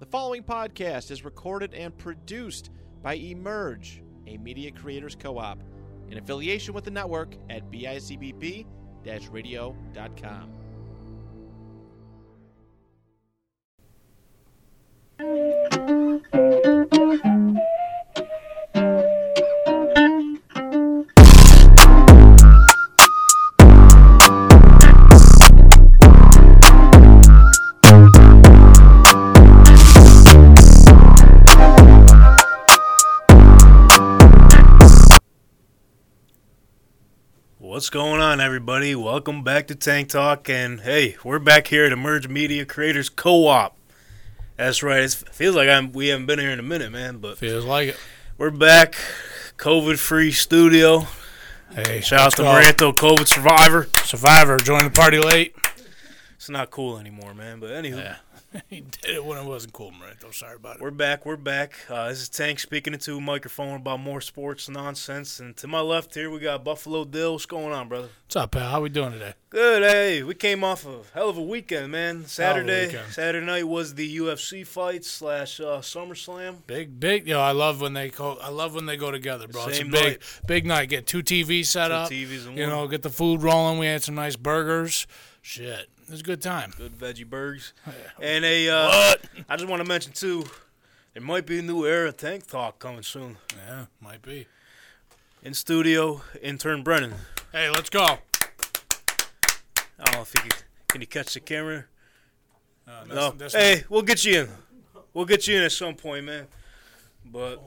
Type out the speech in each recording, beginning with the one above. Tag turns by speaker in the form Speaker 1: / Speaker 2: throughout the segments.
Speaker 1: The following podcast is recorded and produced by Emerge, a media creators co op, in affiliation with the network at bicbp radio.com.
Speaker 2: What's going on, everybody? Welcome back to Tank Talk, and hey, we're back here at Emerge Media Creators Co-op. That's right. It feels like I'm, we haven't been here in a minute, man, but
Speaker 3: Feels like it.
Speaker 2: we're back, COVID-free studio.
Speaker 3: Hey,
Speaker 2: Shout out
Speaker 3: let's
Speaker 2: to
Speaker 3: go.
Speaker 2: Maranto, COVID survivor.
Speaker 3: Survivor joined the party late.
Speaker 2: It's not cool anymore, man. But anywho,
Speaker 3: Yeah. he did it when it wasn't cool, Maranto. Sorry about it.
Speaker 2: we're back. We're back. Uh, this is Tank speaking into a microphone about more sports nonsense. And to my left here, we got Buffalo Dill. What's going on, brother?
Speaker 3: What's up, pal? How we doing today?
Speaker 2: Good. Hey, we came off a hell of a weekend, man. Saturday,
Speaker 3: weekend.
Speaker 2: Saturday night was the UFC fight slash uh, SummerSlam.
Speaker 3: Big, big. Yo, I love when they go. I love when they go together, bro. it's a
Speaker 2: Same
Speaker 3: big,
Speaker 2: night.
Speaker 3: big night. Get two TVs set up.
Speaker 2: TVs and
Speaker 3: you
Speaker 2: one.
Speaker 3: know, get the food rolling. We had some nice burgers. Shit, it was a good time.
Speaker 2: Good veggie burgers. And a. Uh,
Speaker 3: What?
Speaker 2: I just want to mention too, there might be a new era of tank talk coming soon.
Speaker 3: Yeah, might be.
Speaker 2: In studio, intern Brennan.
Speaker 3: Hey, let's go.
Speaker 2: I don't know if he can, can you catch the camera.
Speaker 3: Uh,
Speaker 2: No. hey, we'll get you in. We'll get you in at some point, man. But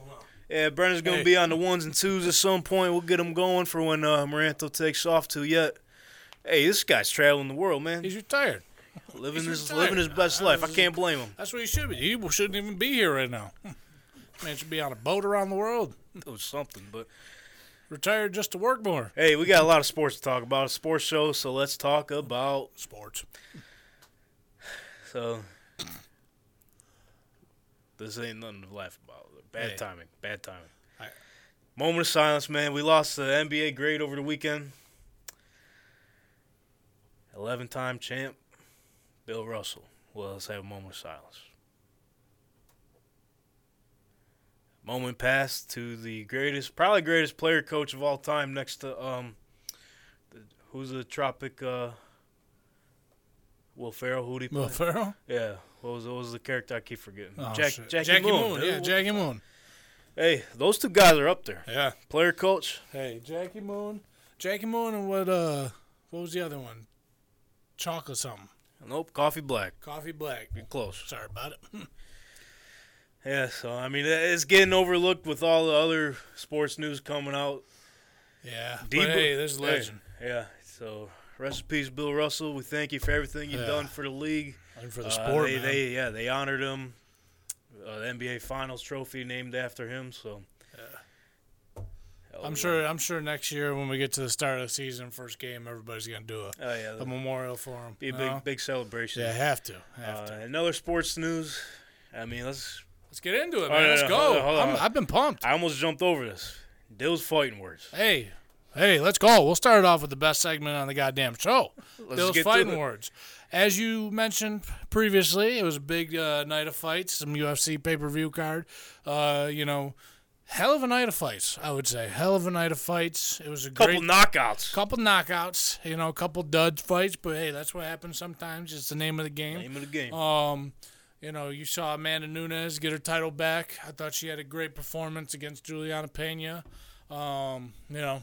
Speaker 2: yeah, Brennan's gonna
Speaker 3: Hey.
Speaker 2: be on the ones and twos at some point. We'll get him going for when uh, Maranto takes off. To yet, hey, this guy's traveling the world, man.
Speaker 3: he's retired.
Speaker 2: living
Speaker 3: he's
Speaker 2: his
Speaker 3: retired.
Speaker 2: living his best
Speaker 3: I
Speaker 2: life. I
Speaker 3: was-
Speaker 2: can't blame him.
Speaker 3: That's what he should be. He shouldn't even be here right now. Hmm. Man should be on a boat around the world.
Speaker 2: It was something, but
Speaker 3: Retired just to work more.
Speaker 2: hey, we got a lot of sports to talk about. A sports show, so let's talk about
Speaker 3: Sports.
Speaker 2: so. This ain't nothing to laugh about. Bad
Speaker 3: Hey.
Speaker 2: timing. Bad timing.
Speaker 3: I-
Speaker 2: Moment of silence, man. We lost the NBA grade over the weekend. 11 time champ, Bill Russell. Well, let's have a moment of silence. Moment passed to the greatest, probably greatest player coach of all time, next to um, the, who's the tropic uh, Will Ferrell? Who did he play?
Speaker 3: Will Ferrell?
Speaker 2: yeah, what was what was the character I keep forgetting?
Speaker 3: Oh,
Speaker 2: Jack,
Speaker 3: shit.
Speaker 2: Jackie,
Speaker 3: Jackie
Speaker 2: Moon. dude.
Speaker 3: Yeah, Jackie Moon.
Speaker 2: hey, those two guys are up there.
Speaker 3: Yeah.
Speaker 2: Player coach,
Speaker 3: Hey, Jackie Moon. Jackie Moon and what uh what was the other one? Chocolate something.
Speaker 2: nope, coffee black.
Speaker 3: Coffee black.
Speaker 2: You're close.
Speaker 3: Sorry about it.
Speaker 2: Yeah, so I mean it's getting overlooked with all the other sports news coming out.
Speaker 3: yeah.
Speaker 2: Debo-
Speaker 3: But hey, this is legend.
Speaker 2: Hey, yeah, so rest in peace, Bill Russell. We thank you for everything you've
Speaker 3: Yeah.
Speaker 2: done for the league.
Speaker 3: And for the
Speaker 2: Uh,
Speaker 3: sport,
Speaker 2: they,
Speaker 3: man.
Speaker 2: they yeah, they honored him. Uh, the NBA Finals trophy named after him. So Hell
Speaker 3: I'm
Speaker 2: yeah.
Speaker 3: sure I'm sure next year when we get to the start of the season, first game, everybody's gonna do a,
Speaker 2: Oh yeah,
Speaker 3: a memorial for him.
Speaker 2: be a big
Speaker 3: no?
Speaker 2: big celebration.
Speaker 3: Yeah, have to. Have
Speaker 2: Uh,
Speaker 3: to.
Speaker 2: another sports news. I mean, let's.
Speaker 3: Let's get into it,
Speaker 2: Oh,
Speaker 3: man.
Speaker 2: yeah,
Speaker 3: Let's
Speaker 2: yeah,
Speaker 3: go.
Speaker 2: hold on, hold on.
Speaker 3: I'm, I've been pumped.
Speaker 2: I almost jumped over this. Dill's fighting words.
Speaker 3: Hey, hey, let's go. We'll start it off with the best segment on the goddamn show. Those
Speaker 2: get to
Speaker 3: fighting
Speaker 2: it.
Speaker 3: words. As you mentioned previously, it was a big uh, night of fights, some UFC pay per view card. Uh, you know, hell of a night of fights, I would say. Hell of a night of fights. It was a
Speaker 2: Couple
Speaker 3: great
Speaker 2: knockouts.
Speaker 3: couple knockouts, you know, a couple dud fights, but hey, that's what happens sometimes. It's the name of the game.
Speaker 2: Name of the game.
Speaker 3: Um, you know, you saw Amanda Nunes get her title back. I thought she had a great performance against Juliana Pena. Um, you know,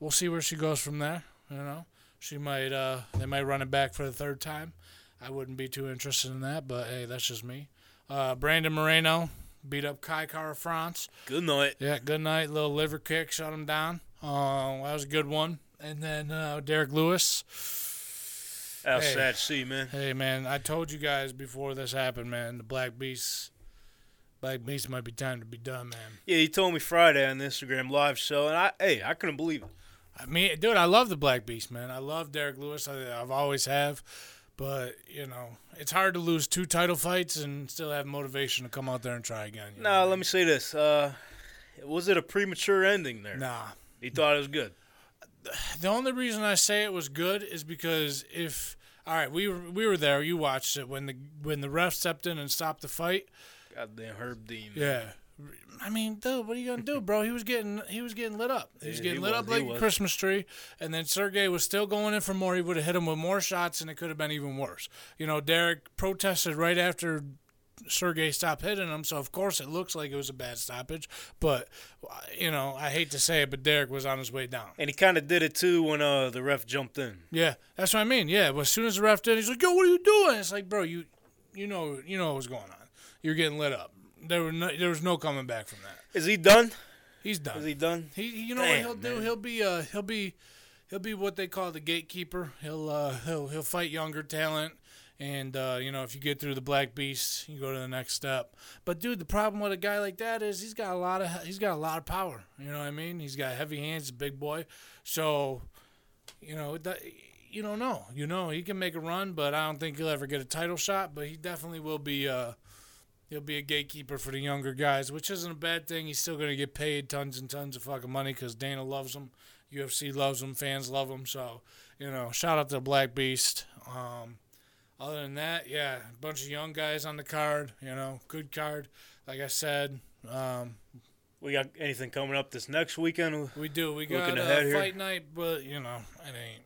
Speaker 3: we'll see where she goes from there. You know, she might uh, they might run it back for the third time. I wouldn't be too interested in that, but hey, that's just me. Uh, Brandon Moreno beat up Kai Kara France.
Speaker 2: Good night.
Speaker 3: Yeah, good night. Little liver kick, shut him down. Uh, that was a good one. And then uh, Derek Lewis.
Speaker 2: That was
Speaker 3: Hey.
Speaker 2: sad to see, man.
Speaker 3: Hey man, I told you guys before this happened, man. The Black Beast, Black Beast might be time to be done, man.
Speaker 2: Yeah, he told me Friday on the Instagram live show, and I, hey, I couldn't believe it.
Speaker 3: I mean, dude, I love the Black Beast, man. I love Derek Lewis. I, I've always have, but you know, it's hard to lose two title fights and still have motivation to come out there and try again. you
Speaker 2: Now,
Speaker 3: know?
Speaker 2: let me say this: uh, was it a premature ending there?
Speaker 3: nah.
Speaker 2: He thought it was good.
Speaker 3: The only reason I say it was good is because if All right, we were, we were there. You watched it when the when the ref stepped in and stopped the fight.
Speaker 2: Goddamn Herb Dean.
Speaker 3: Yeah. I mean, dude, what are you gonna do, bro? He was getting he was getting lit up. He was
Speaker 2: Yeah,
Speaker 3: getting
Speaker 2: he
Speaker 3: lit
Speaker 2: was,
Speaker 3: up
Speaker 2: he
Speaker 3: like a
Speaker 2: was.
Speaker 3: Christmas tree. And then Sergey was still going in for more. He would have hit him with more shots, and it could have been even worse. You know, Derek protested right after Sergey stopped hitting him, so of course it looks like it was a bad stoppage. But you know, I hate to say it, but Derek was on his way down.
Speaker 2: And he kind of did it too when uh, the ref jumped in.
Speaker 3: Yeah, that's what I mean. Yeah, but as soon as the ref did, he's like, "Yo, what are you doing?" It's like, bro, you, you know, you know what's going on. You're getting lit up. There were no, there was no coming back from that.
Speaker 2: Is he done?
Speaker 3: He's done.
Speaker 2: Is he done?
Speaker 3: He, he- you know what
Speaker 2: Damn,
Speaker 3: he'll do?
Speaker 2: man.
Speaker 3: He'll be, uh, he'll be, he'll be what they call the gatekeeper. He'll, uh, he'll, he'll fight younger talent, and uh, you know, if you get through the black beast, you go to the next step. But dude, the problem with a guy like that is he's got a lot of, he's got a lot of power. You know what I mean? He's got heavy hands, big boy. So, you know, that, you don't know. You know, he can make a run, but I don't think he'll ever get a title shot. But he definitely will be. Uh, He'll be a gatekeeper for the younger guys, which isn't a bad thing. He's still going to get paid tons and tons of fucking money because Dana loves him, UFC loves him, fans love him. So, you know, shout out to the Black Beast. Um, other than that, yeah, a bunch of young guys on the card. You know, good card. Like I said, um,
Speaker 2: We got anything coming up this next weekend?
Speaker 3: we do. We got
Speaker 2: Looking
Speaker 3: a
Speaker 2: ahead
Speaker 3: fight
Speaker 2: here.
Speaker 3: night, but you know, it ain't.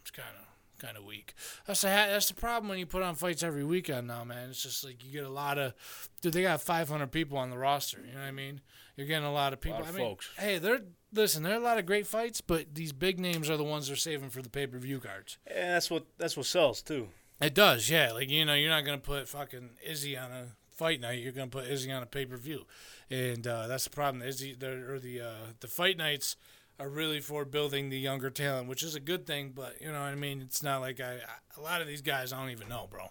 Speaker 3: It's kind of kind of weak. That's the ha- that's the problem when you put on fights every weekend now, man. It's just like you get a lot of dude. They got 500 people on the roster. You know what I mean? You're getting a lot of people.
Speaker 2: Lot of
Speaker 3: I mean,
Speaker 2: folks.
Speaker 3: hey, they're listen. There are a lot of great fights, but these big names are the ones they're saving for the pay per view cards.
Speaker 2: Yeah, that's what that's what sells too.
Speaker 3: It does, yeah. Like you know, you're not gonna put fucking Izzy on a fight night. You're gonna put Izzy on a pay per view, and uh, that's the problem. The Izzy the, or the uh, the fight nights are really for building the younger talent, which is a good thing. But you know, what I mean, it's not like I, I a lot of these guys I don't even know, bro.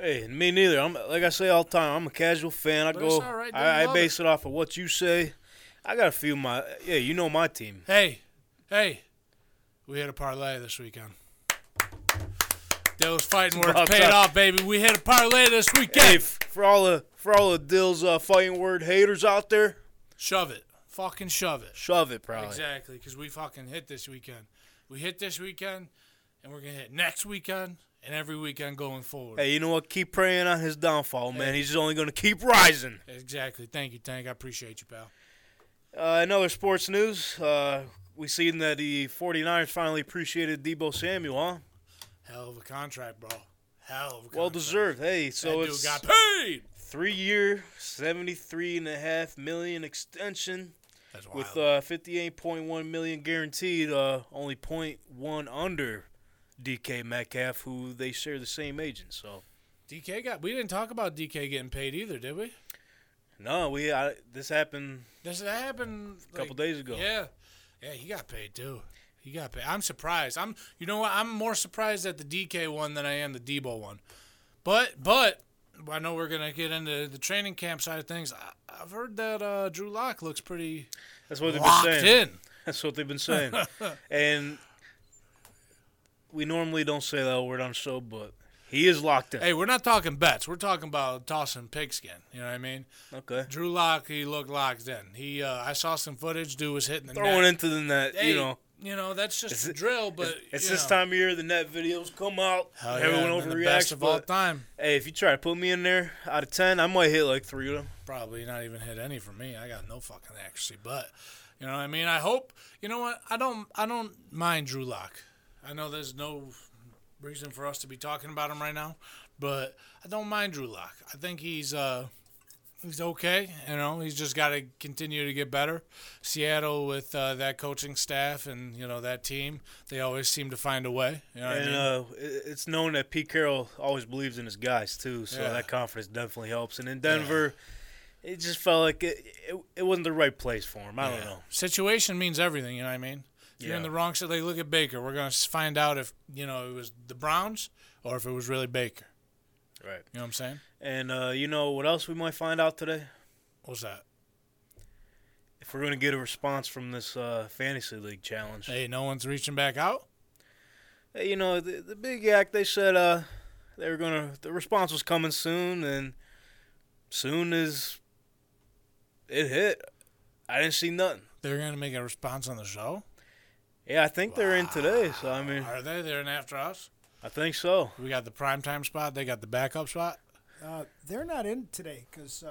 Speaker 2: Hey, and me neither. I'm like I say all the time. I'm a casual fan. I
Speaker 3: But
Speaker 2: go.
Speaker 3: it's all right, they
Speaker 2: I, I
Speaker 3: love
Speaker 2: base it. off of what you say. I got a few of my yeah. You know my team.
Speaker 3: Hey, hey, we hit a parlay this weekend. Those fighting
Speaker 2: about
Speaker 3: words paid
Speaker 2: time.
Speaker 3: off, baby. We hit a parlay this weekend.
Speaker 2: Hey, f- for all the for all the Dill's uh, fighting word haters out there,
Speaker 3: Shove it, fucking shove it.
Speaker 2: shove it. Probably.
Speaker 3: Exactly, because we fucking hit this weekend. We hit this weekend, and we're gonna hit next weekend and every weekend going forward.
Speaker 2: Hey, you know what? Keep praying on his downfall, man. He's only going to keep rising.
Speaker 3: Exactly. Thank you, Tank. I appreciate you, pal.
Speaker 2: Uh, in other sports news, uh, we seen that the 49ers finally appreciated Debo Samuel, huh?
Speaker 3: Hell of a contract, bro. Hell of a contract.
Speaker 2: Well deserved. Hey,
Speaker 3: That
Speaker 2: so
Speaker 3: dude
Speaker 2: it's
Speaker 3: got paid.
Speaker 2: three-year, seventy-three and a half million extension
Speaker 3: That's wild.
Speaker 2: with uh, fifty-eight point one million guaranteed. Uh, only point one under DK Metcalf, who they share the same agent. So
Speaker 3: DK got. We didn't talk about DK getting paid either, did we?
Speaker 2: no, we I, this happened
Speaker 3: Does that happen?
Speaker 2: a couple days ago.
Speaker 3: Yeah, yeah. He got paid too. He got paid. I'm surprised. I'm. You know what? I'm more surprised at the DK one than I am the Debo one. But but I know we're gonna get into the training camp side of things. I, I've heard that uh, Drew Lock looks pretty
Speaker 2: That's what they've been
Speaker 3: locked
Speaker 2: saying.
Speaker 3: in.
Speaker 2: That's what they've been saying. and we normally don't say that word on the show, but he is locked in.
Speaker 3: Hey, we're not talking bets. We're talking about tossing pigskin. You know what I mean?
Speaker 2: Okay.
Speaker 3: Drew Lock, he looked locked in. He uh, I saw some footage. Dude was hitting the
Speaker 2: Throwing
Speaker 3: net.
Speaker 2: into the net,
Speaker 3: Hey,
Speaker 2: you
Speaker 3: uh,
Speaker 2: know.
Speaker 3: You know that's just
Speaker 2: It's-
Speaker 3: a drill, but
Speaker 2: It's
Speaker 3: you
Speaker 2: this
Speaker 3: know.
Speaker 2: time of year the net videos come out.
Speaker 3: Hell yeah,
Speaker 2: everyone
Speaker 3: and then the best
Speaker 2: overreacts.
Speaker 3: of all
Speaker 2: but,
Speaker 3: time.
Speaker 2: hey, if you try to put me in there out of ten, I might hit like three of them.
Speaker 3: probably not even hit any for me. I got no fucking accuracy, but you know what I mean. I hope you know what I don't. I don't mind Drew Lock. I know there's no reason for us to be talking about him right now, but I don't mind Drew Lock. I think he's uh he's okay. You know, he's just got to continue to get better. Seattle with uh, that coaching staff and you know that team, they always seem to find a way. You know what I
Speaker 2: And
Speaker 3: mean?
Speaker 2: uh, i- it's known that Pete Carroll always believes in his guys too, so
Speaker 3: Yeah.
Speaker 2: that confidence definitely helps. And in Denver, it just felt like it, it it wasn't the right place for him. I don't know.
Speaker 3: Situation means everything, you know what I mean? If you're in
Speaker 2: Yeah.
Speaker 3: the wrong side, like look at Baker. We're gonna s- find out if you know it was the Browns or if it was really Baker.
Speaker 2: Right.
Speaker 3: You know what I'm saying?
Speaker 2: And uh, you know what else we might find out today?
Speaker 3: What's that?
Speaker 2: If we're gonna get a response from this uh, fantasy league challenge,
Speaker 3: Hey, no one's reaching back out.
Speaker 2: Hey, you know the, the big act. They said uh, they were gonna. The response was coming soon, and soon as it hit, I didn't see nothing.
Speaker 3: They're gonna make a response on the show.
Speaker 2: Yeah, I think they're in today. So I mean,
Speaker 3: Are they? They're in after us.
Speaker 2: I think so.
Speaker 3: We got the primetime spot. They got the backup spot.
Speaker 4: Uh, they're not in today because uh,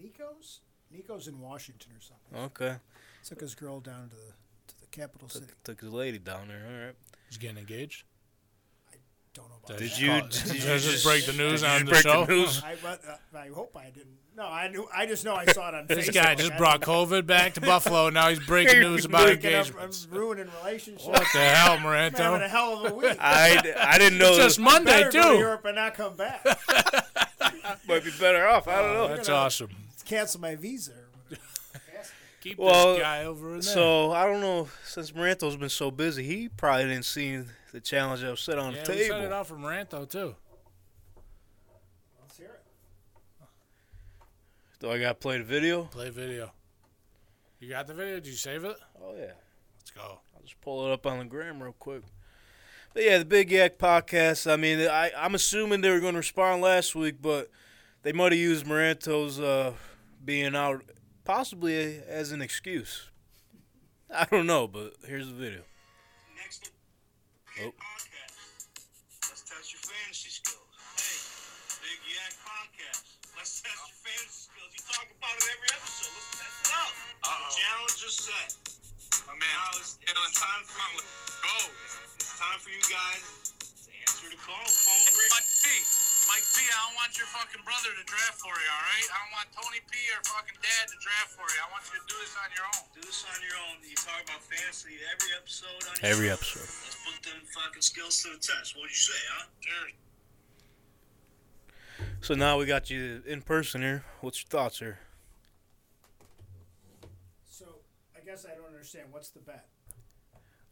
Speaker 4: Nico's Nico's in Washington or something.
Speaker 2: Okay.
Speaker 4: Took his girl down to the to the capital city.
Speaker 2: Took, took his lady down there. All right.
Speaker 3: He's getting engaged.
Speaker 4: Don't know about
Speaker 3: Did
Speaker 4: that.
Speaker 2: Did you?
Speaker 3: Oh,
Speaker 2: Did you
Speaker 3: did I just break the news
Speaker 2: did you
Speaker 3: on
Speaker 2: just
Speaker 3: the
Speaker 2: break
Speaker 3: show?
Speaker 2: The news?
Speaker 4: I, but, uh, I hope I didn't. No, I knew. I just know I saw it on Facebook.
Speaker 3: This guy just
Speaker 4: I
Speaker 3: brought
Speaker 4: don't-
Speaker 3: COVID back to Buffalo. and Now he's breaking news about
Speaker 4: Breaking up-
Speaker 3: engagements.
Speaker 4: I'm ruining relationships.
Speaker 3: What the hell,
Speaker 4: I'm having a
Speaker 3: Moranto?
Speaker 4: hell of a week.
Speaker 2: I, I didn't know.
Speaker 3: Just
Speaker 2: that
Speaker 3: Monday
Speaker 4: Better go to
Speaker 3: too.
Speaker 4: Europe and not come back.
Speaker 2: might be better off. I don't know.
Speaker 3: That's awesome.
Speaker 4: Cancel my visa. or whatever.
Speaker 3: Keep
Speaker 2: Well,
Speaker 3: this guy over in there.
Speaker 2: So I don't know. Since Maranto's been so busy, he probably didn't see the challenge I was set on
Speaker 3: yeah,
Speaker 2: the
Speaker 3: we set it
Speaker 2: table.
Speaker 3: off for Moranto too.
Speaker 4: Let's hear it.
Speaker 2: Do I got to play the video?
Speaker 3: Play video. You got the video? Did you save it?
Speaker 2: Oh yeah.
Speaker 3: Let's go.
Speaker 2: I'll just pull it up on the gram real quick. But yeah, the Big Yak podcast. I mean, I, I'm assuming they were going to respond last week, but they might have used Maranto's uh, being out possibly as an excuse. I don't know, but here's the video.
Speaker 5: Next
Speaker 2: Oh.
Speaker 5: podcast. Let's test your fantasy skills. Hey, Big Yak Podcast. Let's test your fantasy skills. You talk about it every episode. Let's test it out. The challenge is set. My man, now it's, it's time for go. It's time for you guys to answer the call. Phone ring.
Speaker 6: Mike P. Mike P, I don't want your fucking brother to draft for you, all right? I don't want Tony P or fucking dad to draft for you. I want you to do this on your own.
Speaker 5: Do this on your own. You talk about fantasy every episode. On your
Speaker 2: Every
Speaker 5: show.
Speaker 2: episode.
Speaker 5: Let's put them fucking skills to the test. What do you say, huh? Sure.
Speaker 2: So now we got you in person here. What's your thoughts here?
Speaker 4: So I guess I don't understand. What's the bet?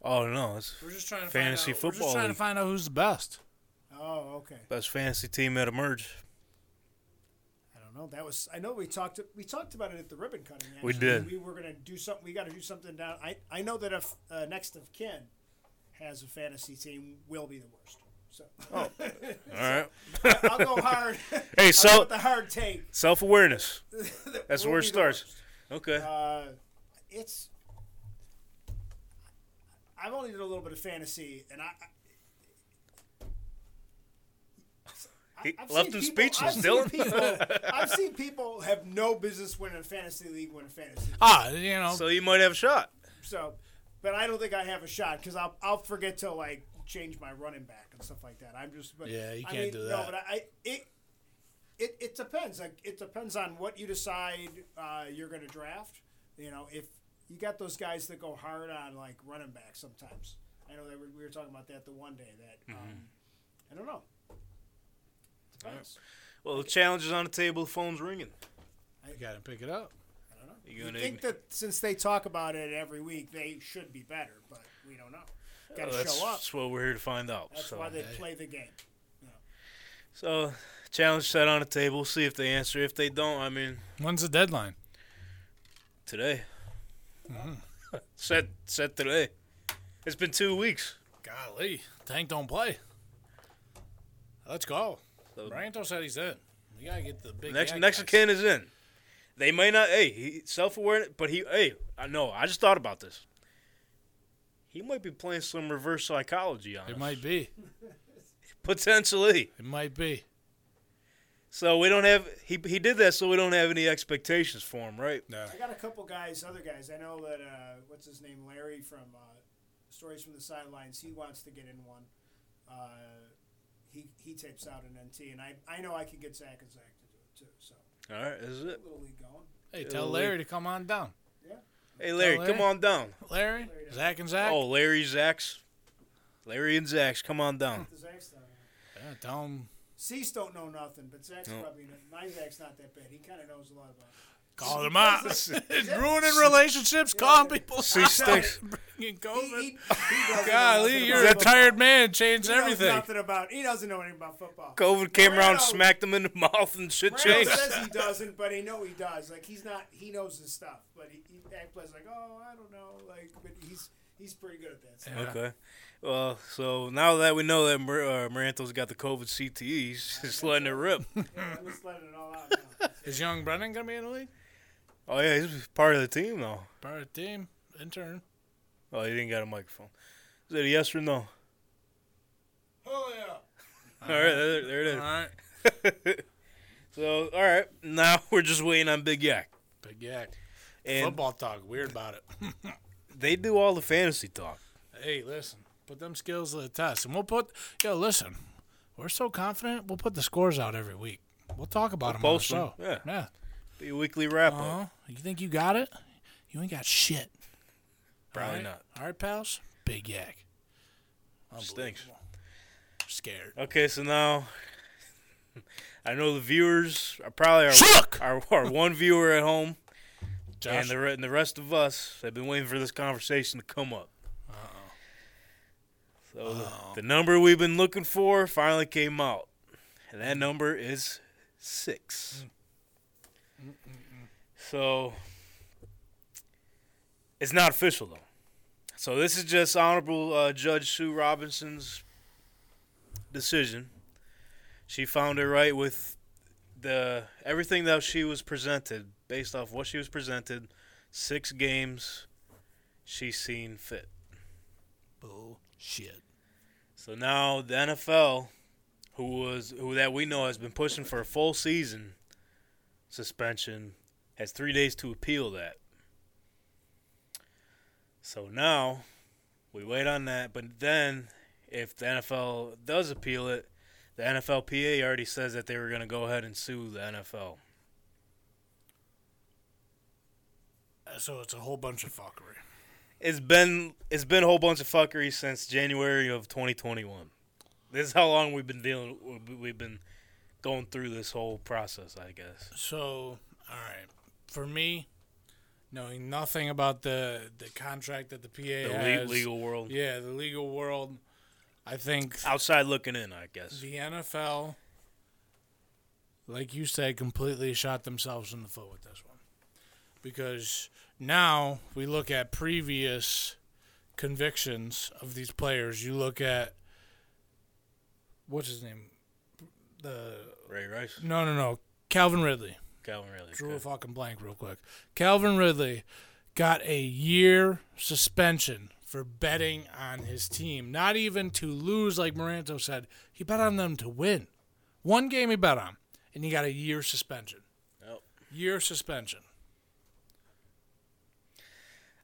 Speaker 2: Oh no, it's
Speaker 3: We're just trying to
Speaker 2: Fantasy
Speaker 3: find out, We're
Speaker 2: football
Speaker 3: just trying
Speaker 2: league.
Speaker 3: to find out who's the best.
Speaker 4: Oh, okay.
Speaker 2: best fantasy team at emerge.
Speaker 4: I don't know. That was I know we talked we talked about it at the ribbon cutting.
Speaker 2: We
Speaker 4: actually.
Speaker 2: did.
Speaker 4: We were gonna do something. We got to do something down. I I know that if uh, next of kin has a fantasy team, will be the worst. So
Speaker 2: All right.
Speaker 4: I'll go hard.
Speaker 2: Hey,
Speaker 4: I'll go
Speaker 2: so
Speaker 4: with the hard take.
Speaker 2: self awareness. That's
Speaker 4: We'll
Speaker 2: where it
Speaker 4: be the
Speaker 2: starts.
Speaker 4: worst.
Speaker 2: Okay.
Speaker 4: Uh, it's I've only done a little bit of fantasy, and I. I
Speaker 2: He
Speaker 4: I've
Speaker 2: left
Speaker 4: seen
Speaker 2: him
Speaker 4: people-
Speaker 2: speechless,
Speaker 4: I've
Speaker 2: Dylan.
Speaker 4: Seen people, I've seen people have no business winning a fantasy league, win a fantasy. League.
Speaker 3: Ah, you know,
Speaker 2: So you might have a shot.
Speaker 4: So, but I don't think I have a shot because I'll I'll forget to like change my running back and stuff like that. I'm just but,
Speaker 3: Yeah, you
Speaker 4: I
Speaker 3: can't
Speaker 4: mean,
Speaker 3: do
Speaker 4: No,
Speaker 3: that.
Speaker 4: but I it it it depends. Like it depends on what you decide uh, you're going to draft. You know, if you got those guys that go hard on like running back sometimes. I know that we we were talking about that the one day that um,
Speaker 2: Mm-hmm.
Speaker 4: I don't know. Depends.
Speaker 2: Well, the challenge is on the table. The phone's ringing.
Speaker 3: you got to pick it up.
Speaker 4: I don't know.
Speaker 2: You
Speaker 4: You
Speaker 2: gonna-
Speaker 4: think that since they talk about it every week, they should be better, but we don't know. Got to
Speaker 2: Oh, that's,
Speaker 4: show up.
Speaker 2: that's what we're here to find out.
Speaker 4: That's
Speaker 2: so.
Speaker 4: why they play the game.
Speaker 2: so, challenge set on the table. See if they answer. If they don't, I mean,
Speaker 3: When's the deadline?
Speaker 2: today.
Speaker 4: Mm-hmm.
Speaker 2: set set today. It's been two weeks.
Speaker 3: Golly, Tank don't play. Let's go.
Speaker 2: So-
Speaker 3: Branto said he's in. We gotta get the big
Speaker 2: Next
Speaker 3: yak
Speaker 2: next
Speaker 3: guys.
Speaker 2: of kin is in. They may not. Hey, he, self aware, but he. Hey, I know. I just thought about this. He might be playing some reverse psychology on
Speaker 3: It
Speaker 2: us.
Speaker 3: might be.
Speaker 2: potentially.
Speaker 3: It might be.
Speaker 2: So we don't have. He he did that so we don't have any expectations for him, right?
Speaker 3: No.
Speaker 4: I got a couple guys, other guys. I know that uh, what's his name, Larry from uh, Stories from the Sidelines. He wants to get in one. Uh, he he tapes out an NT, and I I know I can get Zach and Zach to do it too. So
Speaker 2: All right, this is it.
Speaker 4: little league going.
Speaker 3: Hey, tell
Speaker 2: It'll
Speaker 3: Larry to come on down.
Speaker 2: Hey Larry,
Speaker 3: Tell
Speaker 2: come
Speaker 3: Larry.
Speaker 2: on down.
Speaker 3: Larry, Zach and Zach.
Speaker 2: Oh, Larry Zax. Larry and Zax, come on down.
Speaker 4: The Zach's down there.
Speaker 3: Yeah, tell him.
Speaker 4: Cease don't know nothing, but Zach's
Speaker 2: No.
Speaker 4: probably not, my Zach's not that bad. He kind of knows a lot about. It.
Speaker 3: Call them out. it's ruining relationships. Calling people
Speaker 2: See,
Speaker 3: out.
Speaker 2: Sticks.
Speaker 3: Bringing
Speaker 4: He,
Speaker 3: COVID.
Speaker 4: he, he doesn't know
Speaker 3: Golly,
Speaker 4: nothing
Speaker 3: you're
Speaker 4: about
Speaker 3: a
Speaker 4: football.
Speaker 3: tired man. Changed
Speaker 4: He knows
Speaker 3: everything.
Speaker 4: Nothing about. He doesn't know anything about football.
Speaker 2: COVID came around, and
Speaker 4: Randall-
Speaker 2: smacked him in the mouth, and shit
Speaker 4: Randall
Speaker 2: changed.
Speaker 4: says he doesn't, but I know he does. Like he's not. He knows his stuff, but he, he plays like, oh, I don't know. Like, but he's he's pretty good at that. stuff.
Speaker 2: Okay. Well, so now that we know that Mar- uh, Maranto's got the COVID CTE, he's just letting it rip.
Speaker 4: Yeah, I'm just letting it all out. Now.
Speaker 3: Is young Brennan gonna be in the league?
Speaker 2: oh yeah, he's part of the team though.
Speaker 3: Part of the team. Intern.
Speaker 2: Oh, he didn't got a microphone. Is it a yes or no?
Speaker 3: Uh-huh.
Speaker 2: All right, there, there it
Speaker 3: All
Speaker 2: is.
Speaker 3: right. Uh-huh.
Speaker 2: So, all right, now we're just waiting on Big Yak,
Speaker 3: Big yak.
Speaker 2: and
Speaker 3: Football talk. Weird about it.
Speaker 2: they do all the fantasy talk.
Speaker 3: Hey, listen, put them skills to the test, and we'll put. Yo, listen, we're so confident. We'll put the scores out every week. We'll talk about
Speaker 2: We'll
Speaker 3: them
Speaker 2: post
Speaker 3: on
Speaker 2: 'em,
Speaker 3: the show.
Speaker 2: yeah. Be a weekly wrap up.
Speaker 3: Uh huh. You think you got it? You ain't got shit.
Speaker 2: Probably
Speaker 3: All right?
Speaker 2: not.
Speaker 3: All right, pals. Big yak.
Speaker 2: Stinks.
Speaker 3: Scared.
Speaker 2: Okay, so now I know the viewers are probably
Speaker 3: Shook!
Speaker 2: our, our, our one viewer at home,
Speaker 3: Josh,
Speaker 2: and the re- and the rest of us have been waiting for this conversation to come up. So the, the number we've been looking for finally came out, and that number is six. So it's not official though. So this is just Honorable uh, Judge Sue Robinson's decision. She found it right with the everything that she was presented, based off what she was presented, six games she's seen fit.
Speaker 3: bullshit.
Speaker 2: So now the NFL, who was who that we know has been pushing for a full season suspension, has three days to appeal that. So now we wait on that, but then if the NFL does appeal it, the NFLPA already says that they were going to go ahead and sue the NFL.
Speaker 3: Uh, So it's a whole bunch of fuckery.
Speaker 2: It's been it's been a whole bunch of fuckery since January of 2021. This is how long we've been dealing. We've been going through this whole process, I guess.
Speaker 3: So, all right, for me, knowing nothing about the the contract that the PA
Speaker 2: The le-
Speaker 3: has,
Speaker 2: legal world,
Speaker 3: yeah, the legal world, I think
Speaker 2: outside looking in, I guess.
Speaker 3: the NFL, like you said, completely shot themselves in the foot with this one. Because now we look at previous convictions of these players. You look at what's his name? The
Speaker 2: Ray Rice,
Speaker 3: no, no, no, Calvin Ridley.
Speaker 2: Calvin Ridley.
Speaker 3: Drew a
Speaker 2: okay.
Speaker 3: fucking blank real quick. Calvin Ridley got a year suspension for betting on his team. Not even to lose, like Moranto said. He bet on them to win. One game he bet on, and he got a year suspension.
Speaker 2: Yep.
Speaker 3: Year suspension.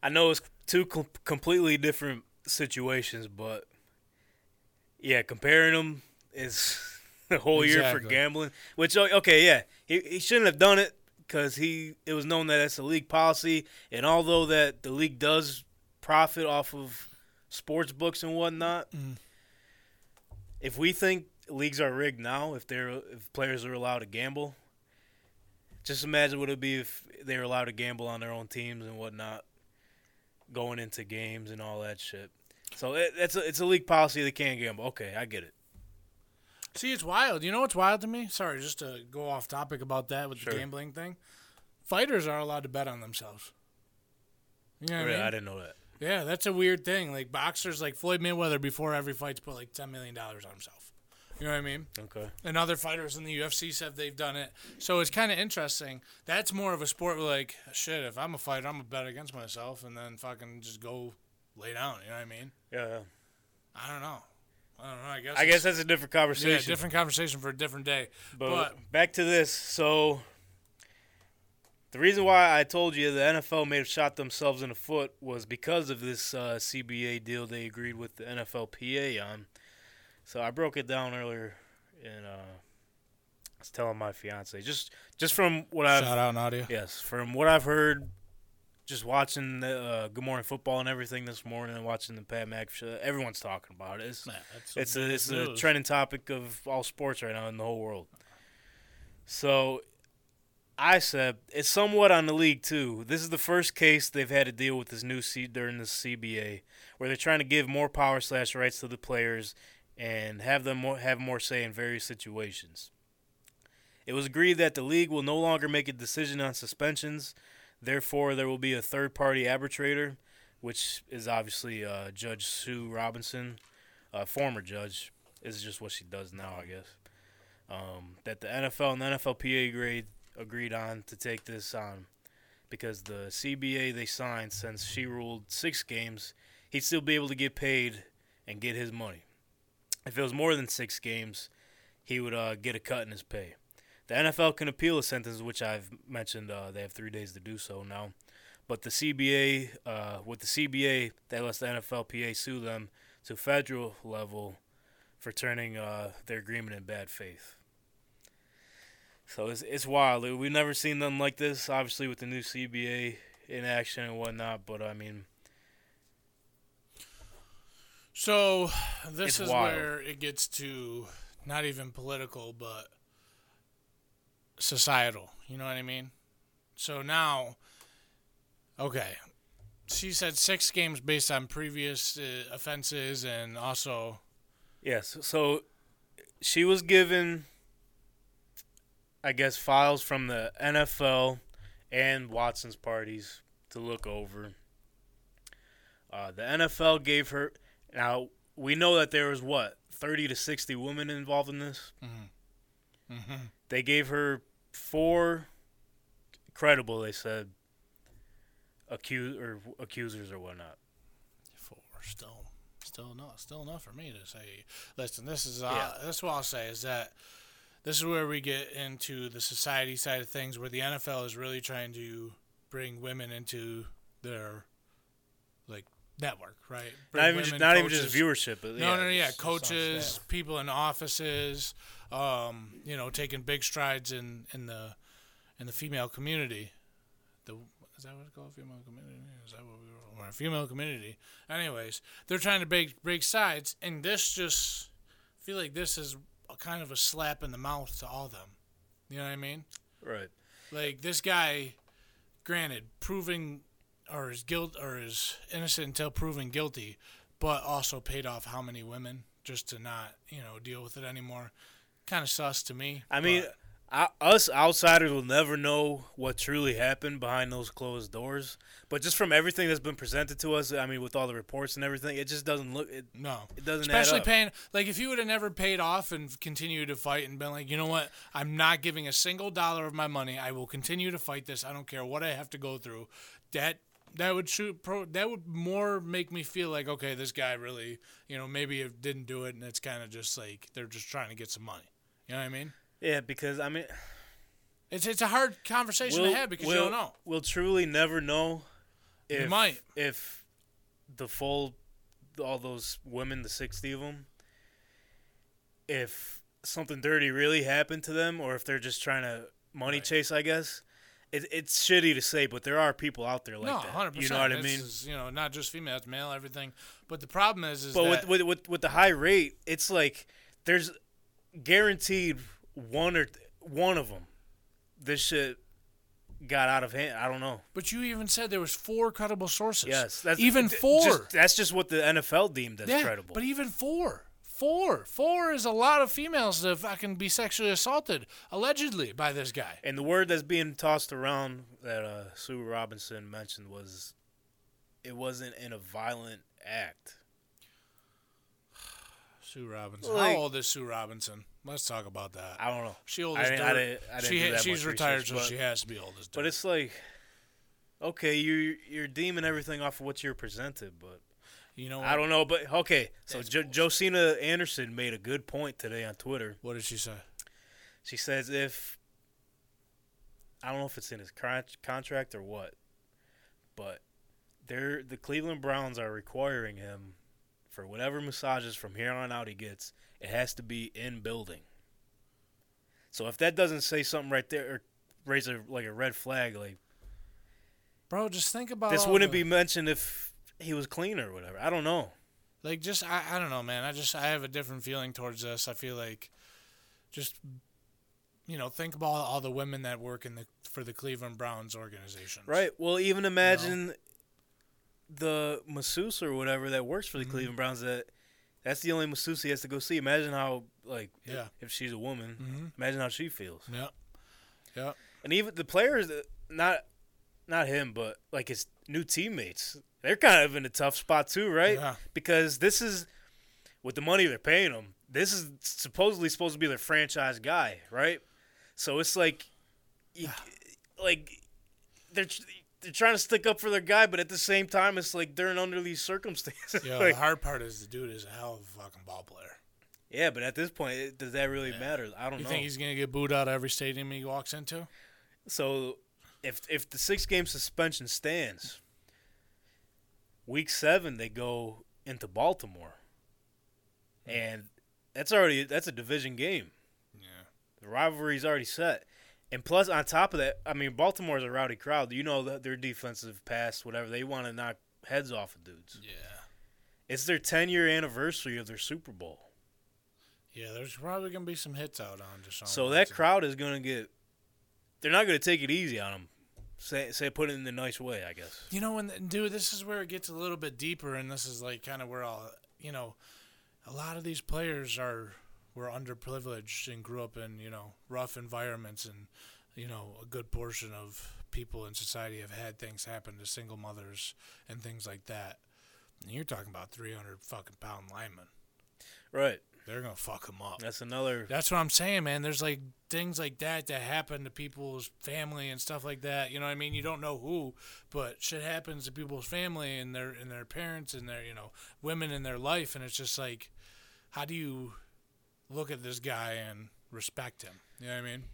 Speaker 2: I know it's two com- completely different situations, but yeah, comparing them is a whole year for
Speaker 3: Exactly.
Speaker 2: gambling. Which o- okay, yeah, he he shouldn't have done it because he it was known that that's a league policy, and although that the league does profit off of sports books and whatnot, if we think leagues are rigged now, if they're if players are allowed to gamble. Just imagine what it'd be if they were allowed to gamble on their own teams and whatnot going into games and all that shit. So it, it's a it's a league policy. They can't gamble. Okay, I get it.
Speaker 3: See, it's wild. You know what's wild to me? Sorry, just to go off topic about that with
Speaker 2: Sure.
Speaker 3: the gambling thing. Fighters are allowed to bet on themselves. You know what
Speaker 2: Really,
Speaker 3: I mean?
Speaker 2: I didn't know that.
Speaker 3: Yeah, that's a weird thing. Like boxers, like Floyd Mayweather, before every fight's put like ten million dollars on himself. You know what I mean?
Speaker 2: Okay,
Speaker 3: And other fighters in the UFC said they've done it. So it's kind of interesting. That's more of a sport where like shit. If I'm a fighter, I'm gonna bet against myself and then fucking just go lay down. You know what I mean?
Speaker 2: yeah.
Speaker 3: I don't know. I don't know. I guess.
Speaker 2: I guess
Speaker 3: it's-
Speaker 2: that's a different
Speaker 3: yeah,
Speaker 2: conversation.
Speaker 3: different conversation for a different day.
Speaker 2: but,
Speaker 3: but
Speaker 2: back to this. So the reason why I told you the NFL may have shot themselves in the foot was because of this uh, CBA deal they agreed with the NFLPA on. So I broke it down earlier, and uh, I was telling my fiance just just from what I've
Speaker 3: shout out Nadia.
Speaker 2: Yes, from what I've heard, just watching the uh, Good Morning Football and everything this morning, and watching the Pat McAfee show, everyone's talking about it. It's,
Speaker 3: Yeah, that's
Speaker 2: it's a it's a
Speaker 3: news.
Speaker 2: trending topic of all sports right now in the whole world. So, I said it's somewhat on the league too. This is the first case they've had to deal with this new C during the CBA, where they're trying to give more power slash rights to the players and have them more, have more say in various situations. It was agreed that the league will no longer make a decision on suspensions. Therefore, there will be a third party arbitrator, which is obviously uh, Judge Sue Robinson, uh, former judge. Is just what she does now, I guess. Um, that the NFL and the NFLPA grade agreed on to take this on because the CBA they signed, since she ruled six games, he'd still be able to get paid and get his money. If it was more than six games, he would uh, get a cut in his pay. The NFL can appeal a sentence, which I've mentioned. Uh, they have three days to do so now. But the CBA, uh, with the CBA, they lets the NFLPA sue them to federal level for turning uh, their agreement in bad faith. So it's, it's wild. We've never seen nothing like this, obviously, with the new CBA in action and whatnot. But I mean,
Speaker 3: So this
Speaker 2: It's
Speaker 3: is
Speaker 2: wild.
Speaker 3: where it gets to not even political, but societal. You know what I mean? So now, okay, she said six games based on previous uh, offenses and also
Speaker 2: Yes. So she was given, I guess, files from the NFL and Watson's parties to look over. Uh, the NFL gave her. Now, we know that there was what? 30 to 60 women involved in this? Mm-hmm.
Speaker 3: Mm-hmm.
Speaker 2: They gave her four credible, they said, accuse or accusers or whatnot.
Speaker 3: four. Still, still not, still enough for me to say. Listen, this is uh, that's what I'll say is that this is where we get into the society side of things, where the NFL is really trying to bring women into their like network, right? Bring
Speaker 2: Not even, ju-
Speaker 3: women
Speaker 2: not even just
Speaker 3: coaches-
Speaker 2: viewership. But
Speaker 3: No, no, no,
Speaker 2: it's-
Speaker 3: yeah,
Speaker 2: it's on
Speaker 3: coaches,
Speaker 2: staff.
Speaker 3: people in offices, um, you know, taking big strides in in the in the female community. The is that what it's called? Female community? Is that what we were? Our female community. Anyways, they're trying to break break sides, and this just I feel like this is a kind of a slap in the mouth to all them. You know what I mean?
Speaker 2: Right.
Speaker 3: Like this guy, granted, proving or is guilt or is innocent until proven guilty, but also paid off how many women just to not you know deal with it anymore. Kind of sus to me.
Speaker 2: I mean, I, us outsiders will never know what truly happened behind those closed doors. But just from everything that's been presented to us, I mean, with all the reports and everything, it just doesn't look. It,
Speaker 3: No,
Speaker 2: It doesn't add
Speaker 3: Especially
Speaker 2: up.
Speaker 3: paying like if you would have never paid off and continued to fight and been like, you know what, I'm not giving a single dollar of my money. I will continue to fight this. I don't care what I have to go through. That that would shoot pro. That would more make me feel like okay, this guy really, you know, maybe it didn't do it, and it's kind of just like they're just trying to get some money. You know what I mean?
Speaker 2: yeah, because I mean,
Speaker 3: It's it's a hard conversation
Speaker 2: we'll,
Speaker 3: to have because
Speaker 2: we'll,
Speaker 3: you don't know.
Speaker 2: We'll truly never know. If,
Speaker 3: might.
Speaker 2: if the full all those women, the sixty of them, if something dirty really happened to them, or if they're just trying to money chase, I guess. It, it's shitty to say, but there are people out there like
Speaker 3: no,
Speaker 2: that.
Speaker 3: hundred percent.
Speaker 2: You know what I mean?
Speaker 3: you know, not just female, it's male, everything. But the problem is, is
Speaker 2: But
Speaker 3: that
Speaker 2: with, with with with the high rate, it's like there's guaranteed one or one of them. This shit got out of hand. I don't know.
Speaker 3: But you even said there was four credible sources.
Speaker 2: Yes, that's
Speaker 3: even
Speaker 2: th-
Speaker 3: four.
Speaker 2: just- that's just what the NFL deemed as
Speaker 3: yeah,
Speaker 2: credible.
Speaker 3: but even four, four, four is a lot of females that fucking be sexually assaulted allegedly by this guy.
Speaker 2: and the word that's being tossed around that uh, Sue Robinson mentioned was it wasn't in a violent act.
Speaker 3: Sue Robinson.
Speaker 2: Like-
Speaker 3: How old is Sue Robinson? Let's talk about that.
Speaker 2: I don't know.
Speaker 3: She old
Speaker 2: I
Speaker 3: as
Speaker 2: didn't- I
Speaker 3: dirt.
Speaker 2: didn't- I didn't
Speaker 3: she
Speaker 2: do that
Speaker 3: she's
Speaker 2: much
Speaker 3: retired,
Speaker 2: research,
Speaker 3: so
Speaker 2: but-
Speaker 3: she has to be old as dirt.
Speaker 2: But it's like, okay, you you're deeming everything off of what you're presented, but
Speaker 3: you know what?
Speaker 2: I don't know, but okay. So jo- Josina Anderson made a good point today on Twitter.
Speaker 3: what did she say?
Speaker 2: She says if I don't know if it's in his con- contract or what, but they're the Cleveland Browns are requiring him for whatever massages from here on out he gets, it has to be in building. So if that doesn't say something right there or raise a like a red flag, like
Speaker 3: Bro, just think about
Speaker 2: this
Speaker 3: all
Speaker 2: wouldn't
Speaker 3: the-
Speaker 2: be mentioned if he was clean or whatever. I don't know.
Speaker 3: like just I, I don't know man i just i have a different feeling towards this i feel like just you know think about all the women that work in the for the cleveland browns organization
Speaker 2: Right. Well, even imagine the masseuse or whatever that works for the Cleveland Browns. That that's the only masseuse he has to go see. Imagine how like if-
Speaker 3: Yeah. Mm-hmm.
Speaker 2: if, she's a woman, imagine how she feels.
Speaker 3: yep yep
Speaker 2: And even the players, uh, not not him, but like his new teammates, they're kind of in a tough spot too, right?
Speaker 3: Yeah.
Speaker 2: Because this is with the money they're paying him. This is supposedly supposed to be their franchise guy, right? So it's like, you,
Speaker 3: Ah.
Speaker 2: like they're tr- they're trying to stick up for their guy, but at the same time, it's like they're in under these circumstances.
Speaker 3: yeah
Speaker 2: like,
Speaker 3: the hard part is the dude is a hell of a fucking ball player
Speaker 2: Yeah, but at this point, it, does that really matter? I don't
Speaker 3: You
Speaker 2: know.
Speaker 3: think he's gonna get booed out of every stadium he walks into?
Speaker 2: So, if if the six game suspension stands, week seven they go into Baltimore,
Speaker 3: Hmm.
Speaker 2: and that's already that's a division game.
Speaker 3: Yeah.
Speaker 2: The rivalry's already set, and plus on top of that, I mean Baltimore's a rowdy crowd. You know that their defensive pass, whatever they want to knock heads off of dudes.
Speaker 3: Yeah.
Speaker 2: It's their ten year anniversary of their Super Bowl,
Speaker 3: Yeah, there's probably gonna be some hits out on Deshaun.
Speaker 2: so that
Speaker 3: Watson.
Speaker 2: crowd is gonna get. They're not gonna take it easy on them. Say say put it in the nice way, I guess.
Speaker 3: You know, and dude, this is where it gets a little bit deeper, and this is like kind of where all you know, a lot of these players are were underprivileged and grew up in you know rough environments, and you know a good portion of people in society have had things happen to single mothers and things like that. And you're talking about 300 fucking pound linemen.
Speaker 2: Right.
Speaker 3: They're gonna fuck them up.
Speaker 2: That's another.
Speaker 3: That's what I'm saying, man. There's like things like that that happen to people's family and stuff like that. You know what I mean? You don't know who, but shit happens to people's family and their and their parents and their, you know, women in their life and it's just like how do you look at this guy and respect him? You know what I mean?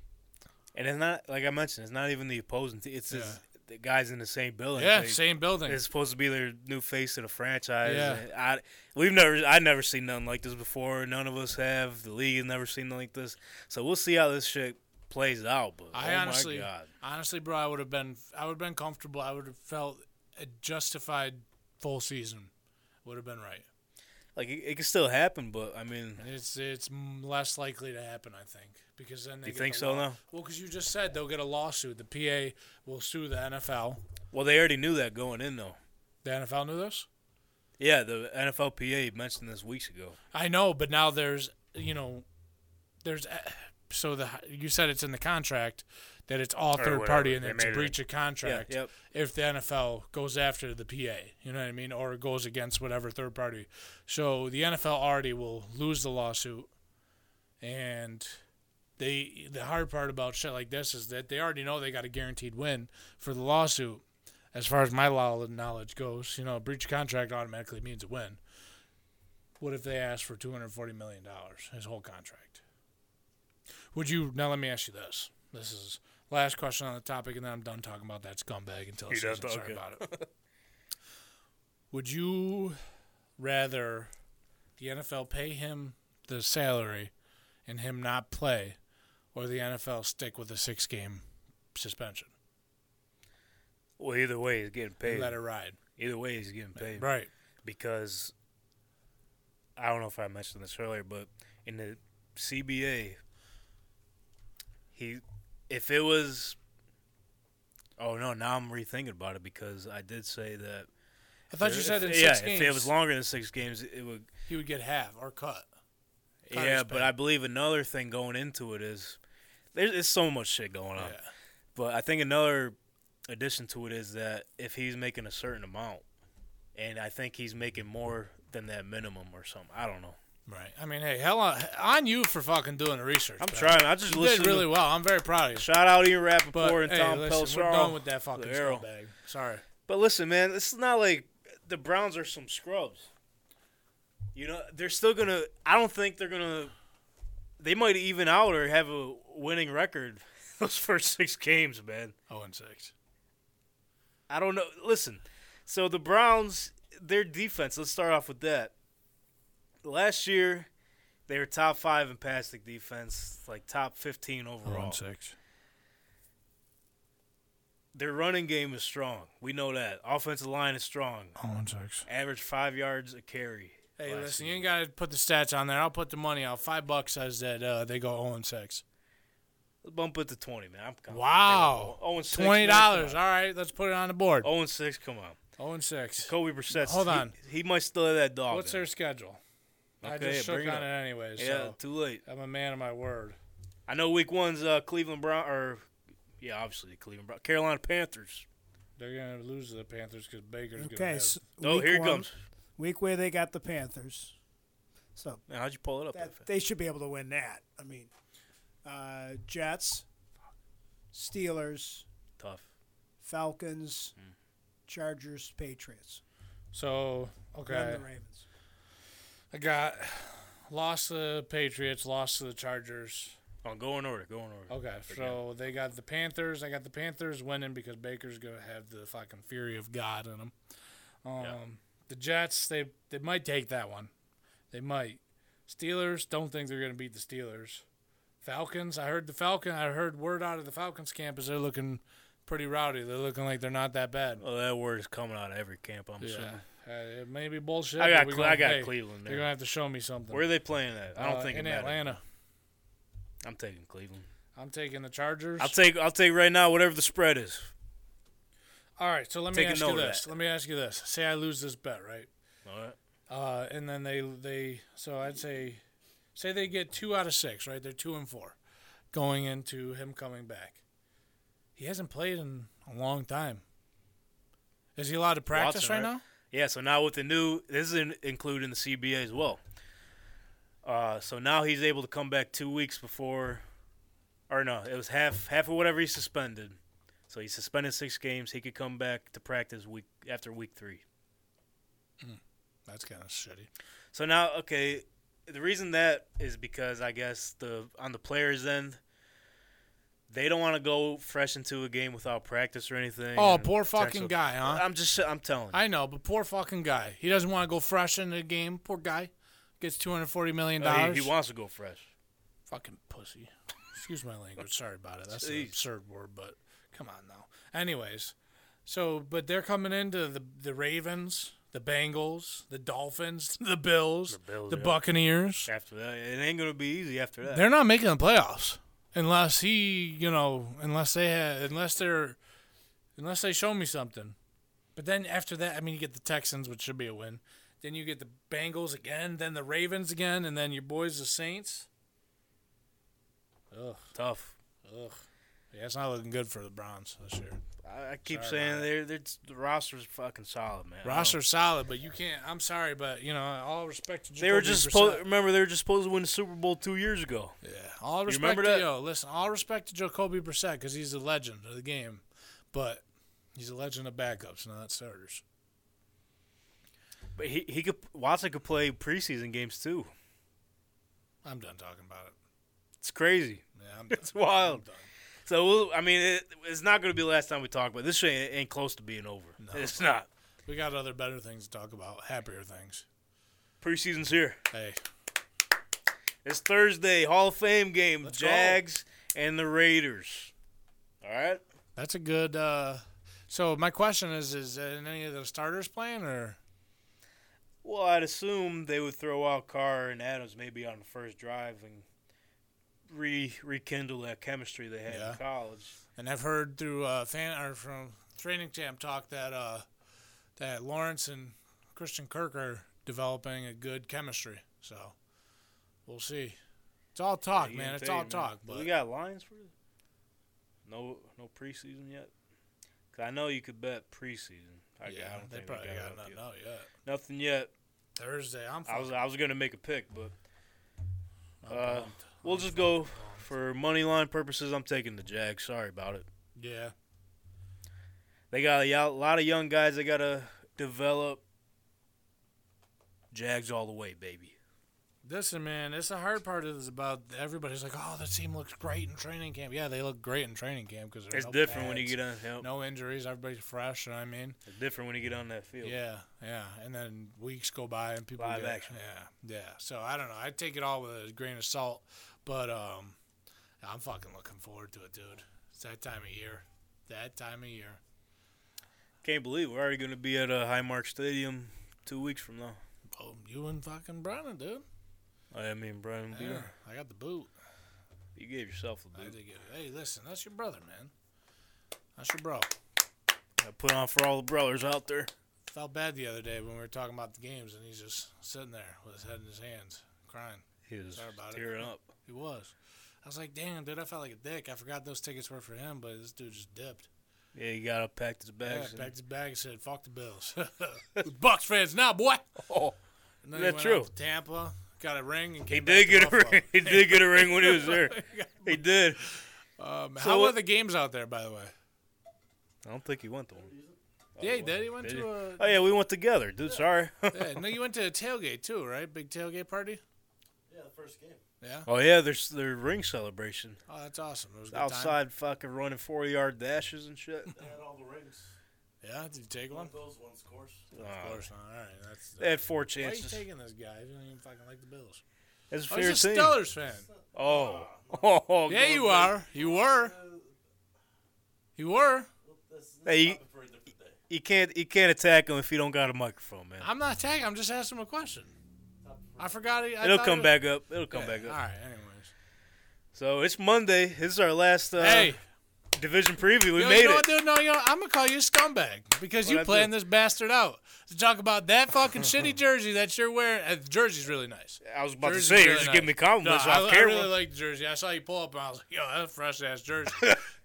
Speaker 2: And it's not like I mentioned. It's not even the opposing. Te- it's just the guys in the same building.
Speaker 3: yeah,
Speaker 2: They-
Speaker 3: same building.
Speaker 2: It's supposed to be their new face of the franchise.
Speaker 3: Yeah.
Speaker 2: and I we've never I never seen nothing like this before. None of us have. The league has never seen nothing like this. So we'll see how this shit plays out. But
Speaker 3: I
Speaker 2: oh
Speaker 3: honestly,
Speaker 2: my god,
Speaker 3: honestly, bro, I would have been, I would have been comfortable. I would have felt a justified full season. Would have been right.
Speaker 2: like it, it could still happen. But I mean,
Speaker 3: It's it's m- less likely to happen, I think, because then they
Speaker 2: You
Speaker 3: get
Speaker 2: think
Speaker 3: the
Speaker 2: so,
Speaker 3: law-
Speaker 2: though?
Speaker 3: Well, because you just said they'll get a lawsuit. The PA will sue the NFL.
Speaker 2: well, they already knew that going in though.
Speaker 3: The NFL knew this.
Speaker 2: Yeah, the NFLPA mentioned this weeks ago.
Speaker 3: I know, but now there's you know, there's eh, so the you said it's in the contract that it's all third party and
Speaker 2: whatever. They
Speaker 3: it's a
Speaker 2: made it
Speaker 3: breach of contract.
Speaker 2: yep.
Speaker 3: If the NFL goes after the PA, you know what I mean, or goes against whatever third party, so the NFL already will lose the lawsuit, and they the hard part about shit like this is that they already know they got a guaranteed win for the lawsuit. As far as my law knowledge goes, you know, a breach of contract automatically means a win. What if they asked for two hundred forty million dollars, his whole contract? Would you now? Let me ask you this. This is last question on the topic, and then I'm done talking about that scumbag until it's
Speaker 2: You're
Speaker 3: season.
Speaker 2: done
Speaker 3: Sorry
Speaker 2: talking.
Speaker 3: about it. Would you rather the NFL pay him the salary and him not play, or the NFL stick with a six-game suspension?
Speaker 2: Well, either way, he's getting paid.
Speaker 3: Let it ride.
Speaker 2: Either way, he's getting paid.
Speaker 3: Right.
Speaker 2: because I don't know if I mentioned this earlier, but in the CBA, he if it was oh no, now I'm rethinking about it because I did say that.
Speaker 3: I thought you said in
Speaker 2: if,
Speaker 3: six
Speaker 2: yeah,
Speaker 3: games
Speaker 2: if it was longer than six games, it would.
Speaker 3: he would get half or cut. Cut
Speaker 2: yeah,
Speaker 3: his
Speaker 2: but
Speaker 3: pay.
Speaker 2: I believe another thing going into it is there's, there's so much shit going on.
Speaker 3: Yeah.
Speaker 2: But I think another addition to it is that if he's making a certain amount, and I think he's making more than that minimum or something. I don't know.
Speaker 3: Right. I mean, hey, hell on, on you for fucking doing the research.
Speaker 2: I'm
Speaker 3: pal.
Speaker 2: trying. I just
Speaker 3: You
Speaker 2: listened.
Speaker 3: did really
Speaker 2: to,
Speaker 3: well. I'm very proud of you.
Speaker 2: shout out Ian Rappaport
Speaker 3: But
Speaker 2: and
Speaker 3: hey,
Speaker 2: Tom
Speaker 3: listen,
Speaker 2: Pelissero.
Speaker 3: we're done with that fucking
Speaker 2: The arrow.
Speaker 3: scumbag. Sorry.
Speaker 2: But listen, man, this is not like the Browns are some scrubs. You know, they're still gonna. I don't think they're gonna. They might even out or have a winning record those first six games, man.
Speaker 3: Oh and six.
Speaker 2: I don't know. Listen, so the Browns, their defense. Let's start off with that. Last year, they were top five in passing defense, like top fifteen overall.
Speaker 3: Oh six.
Speaker 2: Their running game is strong. We know that. Offensive line is strong.
Speaker 3: Oh and six.
Speaker 2: Average five yards a carry.
Speaker 3: Hey,
Speaker 2: last
Speaker 3: listen,
Speaker 2: season.
Speaker 3: you ain't got to put the stats on there. I'll put the money out. Five bucks says that uh, they go oh and six.
Speaker 2: Let's bump it to twenty, man. I'm confident.
Speaker 3: Wow.
Speaker 2: They were 0 and six,
Speaker 3: Twenty
Speaker 2: man. Come
Speaker 3: dollars.
Speaker 2: on.
Speaker 3: All right, let's put it on the board.
Speaker 2: Zero and six. Come on,
Speaker 3: Oh and six.
Speaker 2: Kobe Brissett.
Speaker 3: Hold on.
Speaker 2: He, he might still have that dog.
Speaker 3: What's
Speaker 2: in.
Speaker 3: their schedule? I
Speaker 2: Okay,
Speaker 3: just shook
Speaker 2: bring
Speaker 3: on
Speaker 2: it
Speaker 3: it,
Speaker 2: up.
Speaker 3: anyways.
Speaker 2: Yeah,
Speaker 3: So
Speaker 2: too late.
Speaker 3: I'm a man of my word.
Speaker 2: I know Week One's uh, Cleveland Brown or yeah, obviously Cleveland Brown, Carolina Panthers.
Speaker 3: They're gonna lose to the Panthers because Baker's gonna.
Speaker 4: Okay.
Speaker 3: Have,
Speaker 4: So
Speaker 2: Oh,
Speaker 4: week
Speaker 2: here it
Speaker 4: one-
Speaker 2: comes.
Speaker 4: Week where they got the Panthers. So
Speaker 2: Man, how'd you pull it up?
Speaker 4: that,
Speaker 2: there, fam?
Speaker 4: they should be able to win that. I mean, uh, Jets, Steelers,
Speaker 2: Tough.
Speaker 4: Falcons,
Speaker 2: Mm.
Speaker 4: Chargers, Patriots,
Speaker 3: so okay.
Speaker 4: and the Ravens.
Speaker 3: I got lost to the Patriots, lost to the Chargers.
Speaker 2: Oh, go in order. Go in order.
Speaker 3: Okay, so they got the Panthers. I got the Panthers winning because Baker's gonna have the fucking fury of God in him. Um, The Jets, they they might take that one. They might. Steelers, don't think they're gonna beat the Steelers. Falcons, I heard the Falcon. I heard word out of the Falcons camp is they're looking pretty rowdy. They're looking like they're not that bad.
Speaker 2: Well, Oh, that word is coming out of every camp. I'm
Speaker 3: Yeah,
Speaker 2: assuming.
Speaker 3: Uh, it may be bullshit.
Speaker 2: I
Speaker 3: but
Speaker 2: got
Speaker 3: we
Speaker 2: Cle-
Speaker 3: gonna-
Speaker 2: I got
Speaker 3: hey,
Speaker 2: Cleveland
Speaker 3: They're
Speaker 2: there.
Speaker 3: gonna have to show me something.
Speaker 2: Where are they playing at? I don't
Speaker 3: Uh,
Speaker 2: think it
Speaker 3: in
Speaker 2: matters.
Speaker 3: Atlanta.
Speaker 2: I'm taking Cleveland.
Speaker 3: I'm taking the Chargers.
Speaker 2: I'll take I'll take right now whatever the spread is.
Speaker 3: All right, so let me
Speaker 2: Take a
Speaker 3: ask
Speaker 2: note
Speaker 3: you
Speaker 2: of
Speaker 3: this.
Speaker 2: that.
Speaker 3: Let me ask you this. Say I lose this bet, right?
Speaker 2: All right.
Speaker 3: Uh, and then they they so I'd say say they get two out of six, right? They're two and four going into him coming back. He hasn't played in a long time. Is he allowed to practice
Speaker 2: Watson,
Speaker 3: right,
Speaker 2: right?
Speaker 3: now?
Speaker 2: Yeah. So now with the new, this is in, including the CBA as well. Uh, so now he's able to come back two weeks before, or no, it was half half of whatever he suspended. So he suspended six games. He could come back to practice week after week three.
Speaker 3: That's kind of shitty.
Speaker 2: So now, okay, the reason that is because I guess the on the players' end, they don't want to go fresh into a game without practice or anything.
Speaker 3: Oh,
Speaker 2: and
Speaker 3: poor fucking
Speaker 2: potential-
Speaker 3: guy, huh?
Speaker 2: I'm just, I'm telling. you.
Speaker 3: I know, but poor fucking guy. He doesn't want to go fresh into the game. Poor guy gets two hundred forty million
Speaker 2: Uh,
Speaker 3: dollars.
Speaker 2: he, he wants to go fresh.
Speaker 3: fucking pussy. Excuse my language. Sorry about it. That's an
Speaker 2: Jeez.
Speaker 3: absurd word, but come on now. Anyways, so but they're coming into the the Ravens, the Bengals, the Dolphins, the Bills, the,
Speaker 2: Bills, yeah.
Speaker 3: Buccaneers.
Speaker 2: After that, it ain't gonna be easy. After that,
Speaker 3: They're not making the playoffs unless he, you know, unless they ha unless they're unless they show me something. But then after that, I mean, you get the Texans, which should be a win. Then you get the Bengals again, then the Ravens again, and then your boys, the Saints. Ugh.
Speaker 2: tough.
Speaker 3: Ugh. Yeah, it's not looking good for the Browns this year.
Speaker 2: I, I keep
Speaker 3: Sorry about
Speaker 2: saying they're, they're the roster's fucking solid, man. I don't-
Speaker 3: Roster's solid, but you can't. I'm sorry, but you know, all respect to Jacoby
Speaker 2: They were just
Speaker 3: Brissett.
Speaker 2: supposed. Remember, they were just supposed to win the Super Bowl two years ago.
Speaker 3: yeah. All respect
Speaker 2: remember
Speaker 3: to
Speaker 2: that?
Speaker 3: yo. Listen, all respect to Jacoby Brissett because he's a legend of the game, but he's a legend of backups, not starters.
Speaker 2: But he, he could Watson could play preseason games too.
Speaker 3: I'm done talking about it.
Speaker 2: It's crazy.
Speaker 3: Yeah, I'm done.
Speaker 2: It's wild.
Speaker 3: I'm done.
Speaker 2: So we'll, I mean, it, it's not going to be the last time we talk about it. this. Shit ain't, ain't close to being over. It's not.
Speaker 3: We got other better things to talk about, happier things.
Speaker 2: Preseason's here.
Speaker 3: Hey,
Speaker 2: It's Thursday. Hall of Fame game.
Speaker 3: Let's go.
Speaker 2: Jags and the Raiders. All right.
Speaker 3: that's a good. uh So my question is: Is any of the starters playing or?
Speaker 2: Well, I'd assume they would throw out Carr and Adams maybe on the first drive and re rekindle that chemistry they had
Speaker 3: Yeah.
Speaker 2: in college.
Speaker 3: And I've heard through uh, fan or from training camp talk that uh, that Lawrence and Christian Kirk are developing a good chemistry. So we'll see. It's all talk,
Speaker 2: You
Speaker 3: man.
Speaker 2: can
Speaker 3: It's
Speaker 2: tell
Speaker 3: all
Speaker 2: you, man.
Speaker 3: talk.
Speaker 2: we
Speaker 3: But
Speaker 2: got lines for this? No, no preseason yet. 'Cause I know you could bet preseason. I,
Speaker 3: yeah,
Speaker 2: I don't
Speaker 3: they
Speaker 2: think
Speaker 3: probably
Speaker 2: it
Speaker 3: got
Speaker 2: up
Speaker 3: nothing
Speaker 2: yet.
Speaker 3: out yet.
Speaker 2: Nothing yet.
Speaker 3: Thursday, I'm.
Speaker 2: I was
Speaker 3: fucking-
Speaker 2: I was gonna make a pick, but
Speaker 3: I'm
Speaker 2: uh,
Speaker 3: pumped.
Speaker 2: we'll
Speaker 3: I'm
Speaker 2: just
Speaker 3: fucking
Speaker 2: go
Speaker 3: pumped.
Speaker 2: for money line purposes. I'm taking the Jags. Sorry about it.
Speaker 3: Yeah,
Speaker 2: They got a yo- lot of young guys. They gotta develop. Jags all the way, baby.
Speaker 3: listen, man. It's the hard part is about everybody's like, oh, that team looks great in training camp. Yeah, they look great in training camp because
Speaker 2: It's different when you get on. Yep.
Speaker 3: no injuries. Everybody's fresh. You know what I mean.
Speaker 2: It's different when you get on that field.
Speaker 3: Yeah, yeah. And then weeks go by and people
Speaker 2: Live
Speaker 3: get,
Speaker 2: action.
Speaker 3: Yeah, yeah. So I don't know. I take it all with a grain of salt, but um, I'm fucking looking forward to it, dude. It's that time of year. That time of year.
Speaker 2: Can't believe we're already gonna be at a Highmark Stadium two weeks from now.
Speaker 3: Boom, you and fucking Brennan, dude.
Speaker 2: I mean, Brian
Speaker 3: Yeah,
Speaker 2: Beer.
Speaker 3: I got the boot.
Speaker 2: You gave yourself a
Speaker 3: I
Speaker 2: boot.
Speaker 3: dig it. Hey, listen, that's your brother, man. That's your bro.
Speaker 2: I put on for all the brothers out there.
Speaker 3: Felt bad the other day when we were talking about the games, and he's just sitting there with his head in his hands, crying.
Speaker 2: He was
Speaker 3: Sorry about it.
Speaker 2: tearing up.
Speaker 3: He was. I was like, damn, dude, I felt like a dick. I forgot those tickets were for him, but this dude just dipped.
Speaker 2: Yeah, he got up, packed his bags.
Speaker 3: Yeah,
Speaker 2: and-
Speaker 3: back to back and said, "Fuck the Bills." Bucks fans now, boy.
Speaker 2: Oh,
Speaker 3: And then
Speaker 2: Is that
Speaker 3: he went
Speaker 2: true?
Speaker 3: out to Tampa got a ring and
Speaker 2: he
Speaker 3: came back
Speaker 2: did
Speaker 3: to
Speaker 2: get a
Speaker 3: Buffalo.
Speaker 2: ring. He did get a ring when he was
Speaker 3: Oh
Speaker 2: there. He did.
Speaker 3: Um,
Speaker 2: So
Speaker 3: how are
Speaker 2: what-
Speaker 3: the games out there, by the way?
Speaker 2: I don't think he went to one.
Speaker 3: yeah, he did. He went
Speaker 2: Oh, Did
Speaker 3: to
Speaker 2: he?
Speaker 3: a.
Speaker 2: Oh yeah, we went together, dude. Sorry.
Speaker 3: yeah, no, you went to a tailgate too, right? Big tailgate party.
Speaker 7: Yeah, the first game.
Speaker 3: Yeah.
Speaker 2: Oh yeah, there's their ring celebration
Speaker 3: Oh, that's awesome. It was a good time.
Speaker 2: outside, fucking running forty yard dashes and shit.
Speaker 7: They had all the rings.
Speaker 3: Yeah. Did you take one?
Speaker 2: Oh.
Speaker 7: One of those ones, of course.
Speaker 3: Of
Speaker 2: Uh,
Speaker 3: course not. All right. That's.
Speaker 2: they had four
Speaker 3: Oh, why are you
Speaker 2: chances.
Speaker 3: taking this guy? He doesn't even fucking like the Bills.
Speaker 2: That's a
Speaker 3: Oh, he's a
Speaker 2: favorite team.
Speaker 3: Steelers fan.
Speaker 2: Oh. oh,
Speaker 3: Yeah, you are. You were. You were.
Speaker 7: This is
Speaker 2: Hey, you-
Speaker 7: topic for a different day.
Speaker 2: You can't you can't attack him if you don't got a microphone, man.
Speaker 3: I'm not attacking. I'm just asking him a question. I forgot. He, I
Speaker 2: It'll
Speaker 3: thought
Speaker 2: come
Speaker 3: it-
Speaker 2: back up. It'll come
Speaker 3: Yeah,
Speaker 2: back up.
Speaker 3: All right. Anyways.
Speaker 2: So it's Monday. This is our last uh,
Speaker 3: hey.
Speaker 2: division preview. We
Speaker 3: Yo,
Speaker 2: made
Speaker 3: you know
Speaker 2: it.
Speaker 3: What, dude? No, yo, I'm gonna call you a scumbag because you
Speaker 2: What'd I
Speaker 3: playing
Speaker 2: do?
Speaker 3: this bastard out to talk about that fucking shitty jersey that you're wearing. Uh, the jersey's really nice.
Speaker 2: I was about
Speaker 3: Jersey's
Speaker 2: to say you're
Speaker 3: really
Speaker 2: just
Speaker 3: nice.
Speaker 2: giving me
Speaker 3: No,
Speaker 2: compliments
Speaker 3: I,
Speaker 2: off
Speaker 3: I
Speaker 2: camera.
Speaker 3: really like the jersey. I saw you pull up and I was like, yo, that's a fresh ass jersey.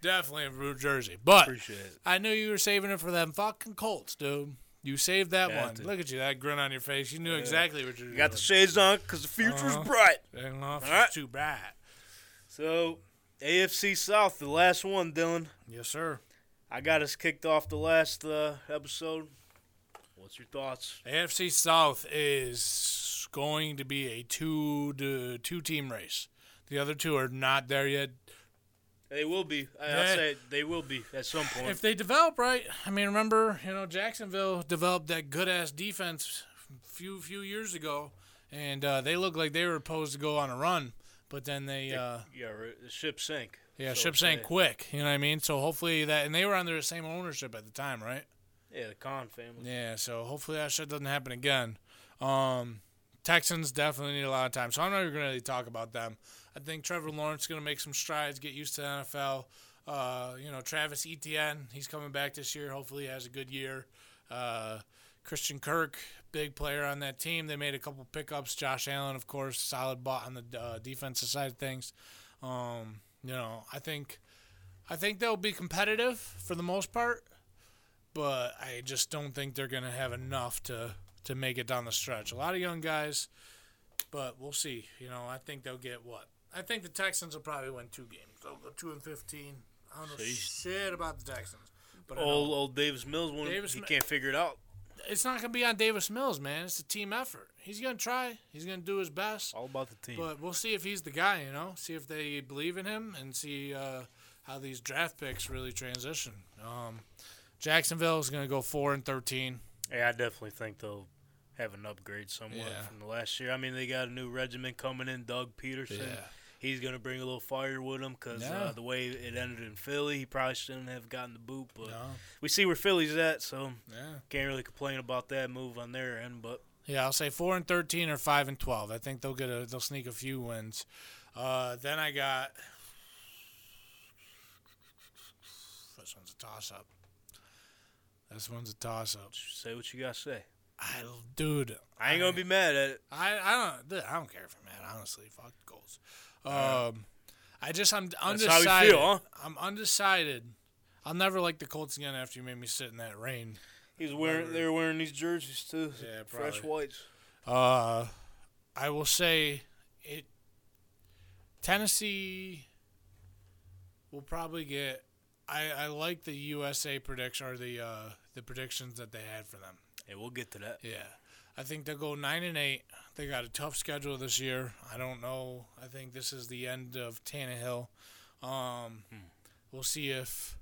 Speaker 3: Definitely a rude jersey. But
Speaker 2: Appreciate it.
Speaker 3: I knew you were saving it for them fucking Colts, dude. You saved that
Speaker 2: Got
Speaker 3: one.
Speaker 2: to.
Speaker 3: Look at you, that grin on your face. You knew exactly what you were
Speaker 2: You got the shades on because the future's
Speaker 3: Uh-huh.
Speaker 2: bright.
Speaker 3: doing. Dang off,
Speaker 2: All right.
Speaker 3: too bad.
Speaker 2: So AFC South, the last one, Dylan.
Speaker 3: Yes, sir.
Speaker 2: I got us kicked off the last uh, episode. What's your thoughts?
Speaker 3: AFC South is going to be a two to two team race. The other two are not there yet.
Speaker 2: They will be. I,
Speaker 3: Yeah.
Speaker 2: I'd say they will be at some point.
Speaker 3: If they develop right, I mean, remember, you know, Jacksonville developed that good ass defense few few years ago, and uh, they looked like they were posed to go on a run, but then they. Uh,
Speaker 2: yeah, right, the ship sank.
Speaker 3: yeah,
Speaker 2: So
Speaker 3: ship
Speaker 2: say.
Speaker 3: sank quick. You know what I mean. So hopefully that, and they were under the same ownership at the time, right?
Speaker 2: Yeah, the Khan family.
Speaker 3: Yeah, so hopefully that shit doesn't happen again. Um, Texans definitely need a lot of time, so I'm not even going to really talk about them. I think Trevor Lawrence is going to make some strides, get used to the NFL. Uh, you know, Travis Etienne, he's coming back this year. Hopefully, he has a good year. Uh, Christian Kirk, big player on that team. They made a couple pickups. Josh Allen, of course, solid bot on the uh, defensive side of things. Um, you know, I think, I think they'll be competitive for the most part but I just don't think they're going to have enough to to make it down the stretch. A lot of young guys, but we'll see. You know, I think they'll get what I think the Texans will probably win two games. They'll go two and fifteen. I don't know shit about the Texans, but I know
Speaker 2: Old old Davis Mills one.
Speaker 3: Davis
Speaker 2: he
Speaker 3: Mi-
Speaker 2: can't figure it out.
Speaker 3: it's not going to be on Davis Mills, man. It's a team effort. He's going to try. He's going to do his best.
Speaker 2: All about the team.
Speaker 3: But we'll see if he's the guy, you know. See if they believe in him and see uh, how these draft picks really transition. Um, Jacksonville is going to go four and thirteen.
Speaker 2: yeah, I definitely think they'll have an upgrade somewhat
Speaker 3: Yeah.
Speaker 2: from the last year. I mean, they got a new regiment coming in, Doug Peterson.
Speaker 3: Yeah.
Speaker 2: He's gonna bring a little fire with him because
Speaker 3: Yeah.
Speaker 2: uh, the way it ended in Philly, he probably shouldn't have gotten the boot. But
Speaker 3: No.
Speaker 2: we see where Philly's at, so
Speaker 3: Yeah.
Speaker 2: can't really complain about that move on their end. But
Speaker 3: Yeah, I'll say four and thirteen or five and twelve. I think they'll get a they'll sneak a few wins. Uh, then I got this one's a toss up. This one's a toss up.
Speaker 2: say what you gotta say.
Speaker 3: I dude,
Speaker 2: I ain't gonna be mad at it.
Speaker 3: I I don't dude, I don't care if I'm mad. Honestly, fuck the goals. Um, I just I'm
Speaker 2: That's
Speaker 3: undecided.
Speaker 2: how you feel, huh?
Speaker 3: I'm undecided. I'll never like the Colts again after you made me sit in that rain.
Speaker 2: He's wearing. They're wearing these jerseys too.
Speaker 3: Yeah,
Speaker 2: fresh
Speaker 3: probably.
Speaker 2: whites.
Speaker 3: Uh, I will say it. Tennessee will probably get. I, I like the USA prediction or the uh, the predictions that they had for them.
Speaker 2: Hey, we'll get to that.
Speaker 3: Yeah, I think they'll go nine and eight. They got a tough schedule this year. I don't know. I think this is the end of Tannehill. Um, We'll see if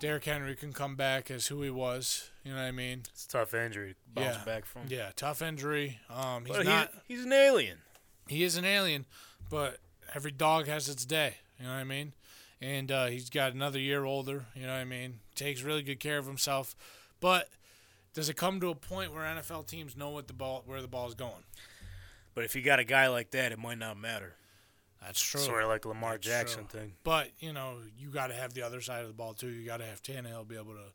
Speaker 3: Derrick Henry can come back as who he was. You know what I mean?
Speaker 2: It's a tough injury to bounce
Speaker 3: Yeah.
Speaker 2: back from.
Speaker 3: Yeah, tough injury. Um, he's
Speaker 2: Hmm. But
Speaker 3: not.
Speaker 2: he's, he's an alien.
Speaker 3: he is an alien, but every dog has its day. You know what I mean? And uh, he's got another year older. You know what I mean? Takes really good care of himself, but does it come to a point where NFL teams know what the ball where the ball's going?
Speaker 2: But if you got a guy like that, it might not matter.
Speaker 3: That's true.
Speaker 2: Sort of like Lamar
Speaker 3: That's
Speaker 2: Jackson
Speaker 3: true.
Speaker 2: thing.
Speaker 3: But you know, you got to have the other side of the ball too. You got to have Tannehill be able to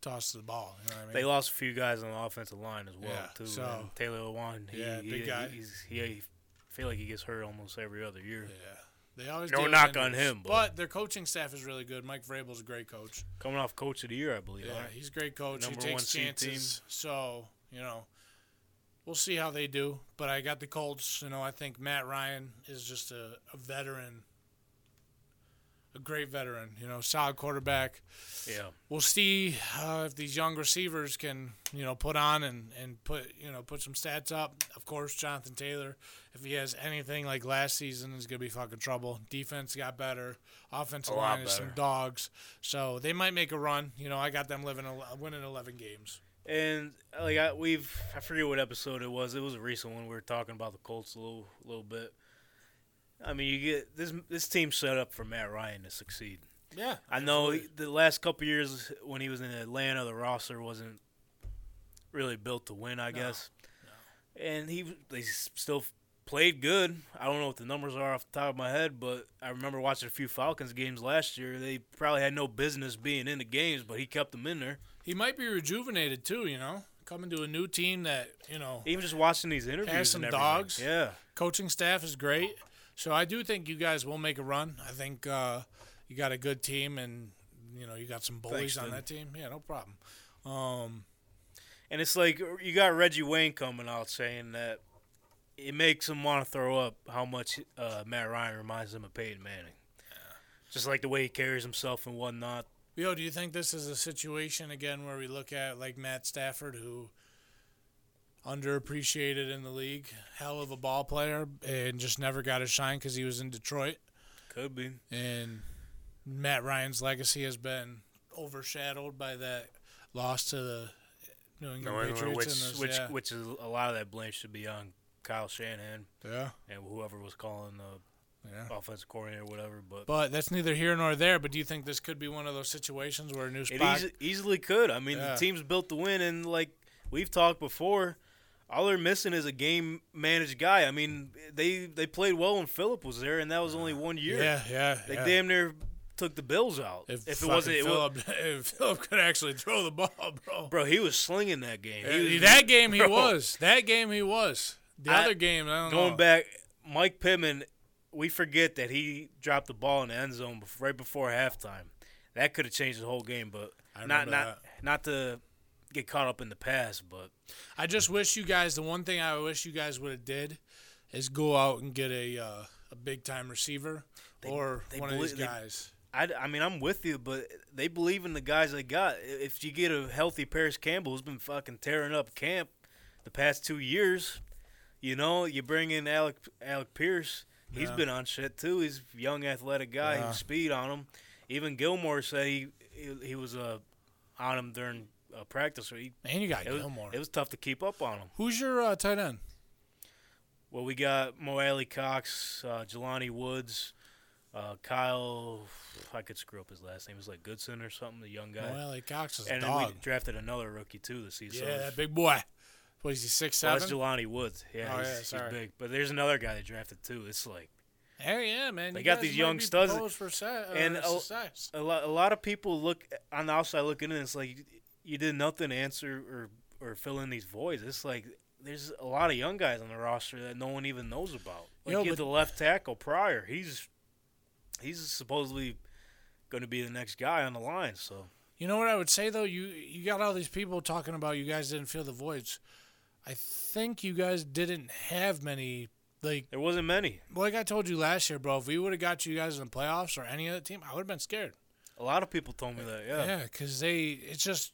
Speaker 3: toss the ball. You know what I mean?
Speaker 2: They lost a few guys on the offensive line as well
Speaker 3: Yeah,
Speaker 2: too.
Speaker 3: so-
Speaker 2: and Taylor Lewan, he,
Speaker 3: Yeah,
Speaker 2: he,
Speaker 3: big guy.
Speaker 2: He's, he, I feel like he gets hurt almost every other year.
Speaker 3: yeah. They always
Speaker 2: No
Speaker 3: deal with
Speaker 2: knock on
Speaker 3: injuries.
Speaker 2: him, but-
Speaker 3: but their coaching staff is really good. Mike Vrabel's a great coach.
Speaker 2: Coming off coach of the year, I believe.
Speaker 3: Yeah,
Speaker 2: right?
Speaker 3: he's a great coach.
Speaker 2: Number
Speaker 3: he takes
Speaker 2: one seed
Speaker 3: chances. So, you know, we'll see how they do. But I got the Colts. You know, I think Matt Ryan is just a, a veteran a great veteran, you know, solid quarterback.
Speaker 2: Yeah.
Speaker 3: We'll see uh, if these young receivers can, you know, put on and, and put you know put some stats up. Of course, Jonathan Taylor, if he has anything like last season, is gonna be fucking trouble. Defense got better, offensive
Speaker 2: A lot
Speaker 3: line is some
Speaker 2: better.
Speaker 3: dogs, so they might make a run. You know, I got them living ele- winning eleven games.
Speaker 2: And like I, we've, I forget what episode it was. It was a recent one. We were talking about the Colts a little, little bit. I mean, you get this this team's set up for Matt Ryan to succeed.
Speaker 3: Yeah,
Speaker 2: I know the last couple years when he was in Atlanta, the roster wasn't really built to win, I guess. And he they still played good. I don't know what the numbers are off the top of my head, but I remember watching a few Falcons games last year. They probably had no business being in the games, but he kept them in there.
Speaker 3: he might be rejuvenated too. You know, coming to a new team that you know
Speaker 2: Even just watching these interviews
Speaker 3: Has some
Speaker 2: and everything.
Speaker 3: dogs.
Speaker 2: Yeah.
Speaker 3: coaching staff is great. So I do think you guys will make a run. I think uh, you got a good team, and you know you got some bullies
Speaker 2: Thanks,
Speaker 3: on
Speaker 2: dude.
Speaker 3: that team. Yeah, no problem.
Speaker 2: And it's like uh, you got Reggie Wayne coming out saying that it makes him want to throw up how much uh, Matt Ryan reminds him of Peyton Manning. Just like the way he carries himself and whatnot.
Speaker 3: Yo, do you think this is a situation again where we look at like Matt Stafford, who underappreciated in the league, hell of a ball player, and just never got his shine because he was in Detroit,
Speaker 2: Could be.
Speaker 3: and Matt Ryan's legacy has been overshadowed by that loss to the New England Patriots,
Speaker 2: which,
Speaker 3: and those-
Speaker 2: which,
Speaker 3: yeah.
Speaker 2: which is a lot of that blame should be on Kyle Shanahan
Speaker 3: yeah,
Speaker 2: and whoever was calling the
Speaker 3: yeah.
Speaker 2: offensive coordinator or whatever. But,
Speaker 3: But that's neither here nor there. But do you think this could be one of those situations where a new
Speaker 2: it
Speaker 3: spot?
Speaker 2: easy, easily could. I mean,
Speaker 3: Yeah.
Speaker 2: the team's built to win, and like we've talked before, all they're missing is a game managed guy. I mean, they they played well when Philip was there, and that was only one year.
Speaker 3: yeah, yeah.
Speaker 2: They
Speaker 3: yeah.
Speaker 2: damn near took the Bills out.
Speaker 3: if,
Speaker 2: If,
Speaker 3: if
Speaker 2: it wasn't, it was,
Speaker 3: Phillip, if Phillip could actually throw the ball, bro. Uh,
Speaker 2: bro, he was slinging that game. He was-
Speaker 3: that game he
Speaker 2: bro,
Speaker 3: was. That game he was. The
Speaker 2: I-
Speaker 3: other game, uh, I don't
Speaker 2: Going
Speaker 3: know.
Speaker 2: back, Mike Pittman, we forget that he dropped the ball in the end zone bef- right before halftime. That could have changed the whole game, but
Speaker 3: I
Speaker 2: not
Speaker 3: remember
Speaker 2: not not to get caught up in the past, but.
Speaker 3: I just wish you guys. The one thing I wish you guys would have did is go out and get a uh, a big time receiver or
Speaker 2: they
Speaker 3: one of these
Speaker 2: believe- they-
Speaker 3: guys.
Speaker 2: I, I mean, I'm with you, but they believe in the guys they got. If you get a healthy Paris Campbell who's been fucking tearing up camp the past two years, you know, you bring in Alec Alec Pierce. He's been on shit too. He's a young, athletic guy.
Speaker 3: Yeah.
Speaker 2: He's speed on him. Even Gilmore said he he, he was uh, on him during uh, practice. So he,
Speaker 3: and you got
Speaker 2: it, was,
Speaker 3: Gilmore.
Speaker 2: it was tough to keep up on him.
Speaker 3: Who's your uh, tight end?
Speaker 2: Well, we got Mo Alley Cox, uh, Jelani Woods, uh, Kyle. I could screw up his last name. It's like Goodson or something. The young guy.
Speaker 3: Well, Cox is a
Speaker 2: and then
Speaker 3: dog.
Speaker 2: we drafted another rookie too this season.
Speaker 3: yeah, that big boy. What is he? Six
Speaker 2: Well,
Speaker 3: seven.
Speaker 2: that's Jelani Woods. Yeah,
Speaker 3: Oh,
Speaker 2: he's,
Speaker 3: yeah,
Speaker 2: he's
Speaker 3: sorry.
Speaker 2: big. But there's another guy they drafted too. It's like
Speaker 3: Oh yeah, man.
Speaker 2: They
Speaker 3: you
Speaker 2: got
Speaker 3: guys
Speaker 2: these
Speaker 3: might
Speaker 2: young
Speaker 3: be
Speaker 2: studs-
Speaker 3: posed for sa- uh,
Speaker 2: and oh, a-
Speaker 3: success.
Speaker 2: a lot. A lot of people look on the outside looking in. It's like you, you did nothing to answer or or fill in these voids. It's like there's a lot of young guys on the roster that no one even knows about. Like
Speaker 3: Yo,
Speaker 2: you
Speaker 3: but-
Speaker 2: get the left tackle Pryor. He's he's supposedly going to be the next guy on the line. So
Speaker 3: You know what I would say though? You you got all these people talking about you guys didn't feel the voids. I think you guys didn't have many like
Speaker 2: there wasn't many.
Speaker 3: like I told you last year, bro. If we would have got you guys in the playoffs or any other team, I would have been scared.
Speaker 2: A lot of people told me that. Yeah.
Speaker 3: Yeah, because they it's just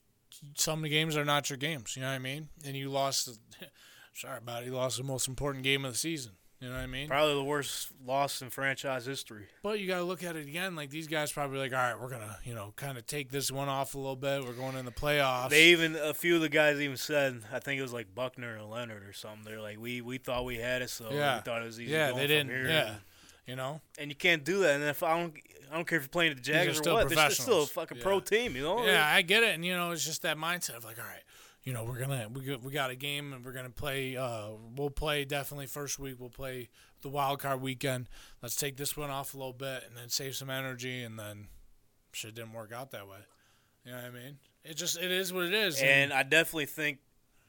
Speaker 3: some games are not your games. You know what I mean? And you lost. Sorry about it. You lost the most important game of the season. You know what I mean?
Speaker 2: Probably the worst loss in franchise history.
Speaker 3: But you got to look at it again. Like these guys probably like, all right, we're gonna you know kind of take this one off a little bit. We're going in the playoffs.
Speaker 2: They even a few of the guys even said I think it was like Buckner and Leonard or something. They're like we we thought we had it, so
Speaker 3: Yeah.
Speaker 2: we thought it was easy.
Speaker 3: yeah,
Speaker 2: going
Speaker 3: they
Speaker 2: from
Speaker 3: didn't.
Speaker 2: Here.
Speaker 3: Yeah, you know.
Speaker 2: and you can't do that. And if I don't, I don't care if you're playing the Jags
Speaker 3: still
Speaker 2: or what, they're still a
Speaker 3: professionals.
Speaker 2: fucking
Speaker 3: Yeah.
Speaker 2: pro team. You know?
Speaker 3: Yeah, I get it, and you know it's just that mindset of like, all right, you know, we're gonna we got, we got a game and we're gonna play. Uh, we'll play definitely first week. We'll play the wild card weekend. Let's take this one off a little bit and then save some energy, and then shit didn't work out that way. You know what I mean? It just it is what it is.
Speaker 2: And I definitely think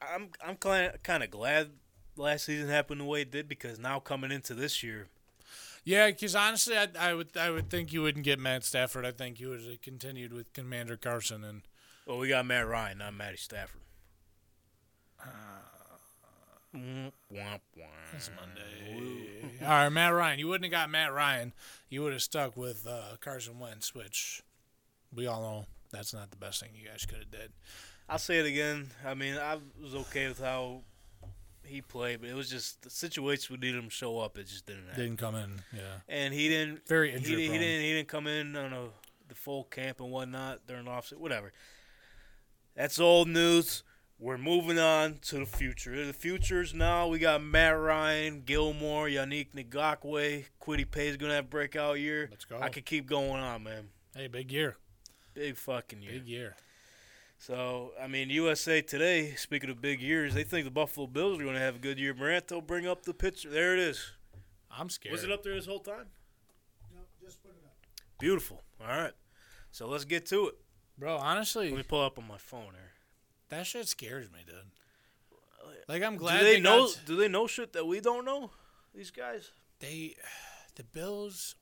Speaker 2: I'm I'm kind of glad last season happened the way it did because now coming into this year,
Speaker 3: Yeah, because honestly, I, I would I would think you wouldn't get Matt Stafford. I think you would have continued with Commander Carson, and
Speaker 2: well, oh, we got Matt Ryan, not Matty Stafford.
Speaker 3: Uh,
Speaker 2: Womp womp.
Speaker 3: Monday. All right, Matt Ryan. You wouldn't have got Matt Ryan. You would have stuck with uh, Carson Wentz, which we all know that's not the best thing you guys could have did.
Speaker 2: I'll say it again. I mean, I was okay with how he played, but it was just the situation we needed him to show up. It just didn't happen.
Speaker 3: Didn't come in. Yeah.
Speaker 2: And he didn't.
Speaker 3: Very
Speaker 2: He,
Speaker 3: injury
Speaker 2: didn't- he
Speaker 3: prone.
Speaker 2: didn't. He didn't come in on a, the full camp and whatnot during the offseason. Whatever. That's old news. We're moving on to the future. The future's now. We got Matt Ryan, Gilmore, Yannick Ngakwe, Quiddy Pay's gonna have breakout year.
Speaker 3: Let's go.
Speaker 2: I could keep going on, man.
Speaker 3: Hey, big year.
Speaker 2: Big fucking year.
Speaker 3: Big year.
Speaker 2: So, I mean, USA Today, speaking of big years, they think the Buffalo Bills are going to have a good year. Maranto, bring up the picture. There it is.
Speaker 3: I'm scared.
Speaker 2: Was it up there this whole time?
Speaker 4: No, just put it up.
Speaker 2: Beautiful. All right. So let's get to it.
Speaker 3: Bro,
Speaker 2: Let me
Speaker 3: honestly,
Speaker 2: pull up on my phone here.
Speaker 3: that shit scares me, dude. Like I'm glad
Speaker 2: do they,
Speaker 3: they
Speaker 2: know?
Speaker 3: got-
Speaker 2: do they know shit that we don't know? These guys.
Speaker 3: they the Bills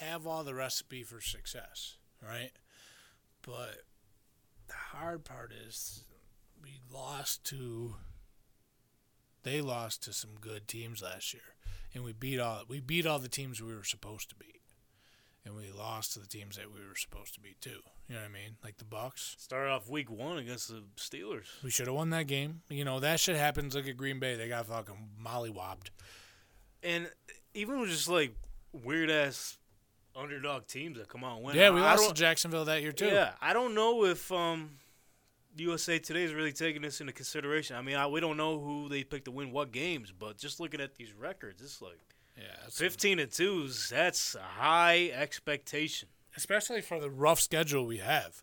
Speaker 3: have all the recipe for success, right? But the hard part is we lost to they lost to some good teams last year and we beat all we beat all the teams we were supposed to beat. And we lost to the teams that we were supposed to beat too. You know what I mean? Like the Bucks.
Speaker 2: Started off week one against the Steelers.
Speaker 3: We should have won that game. You know, that shit happens. Look at Green Bay. They got fucking mollywopped.
Speaker 2: And even with just like weird ass underdog teams that come out and win.
Speaker 3: Yeah, we
Speaker 2: I- I
Speaker 3: lost
Speaker 2: don't-
Speaker 3: to Jacksonville that year, too.
Speaker 2: Yeah, I don't know if um, USA Today is really taking this into consideration. I mean, I, we don't know who they picked to win what games, but just looking at these records, it's like
Speaker 3: Yeah. that's-
Speaker 2: fifteen and twos. That's a high expectation,
Speaker 3: Especially for the rough schedule we have.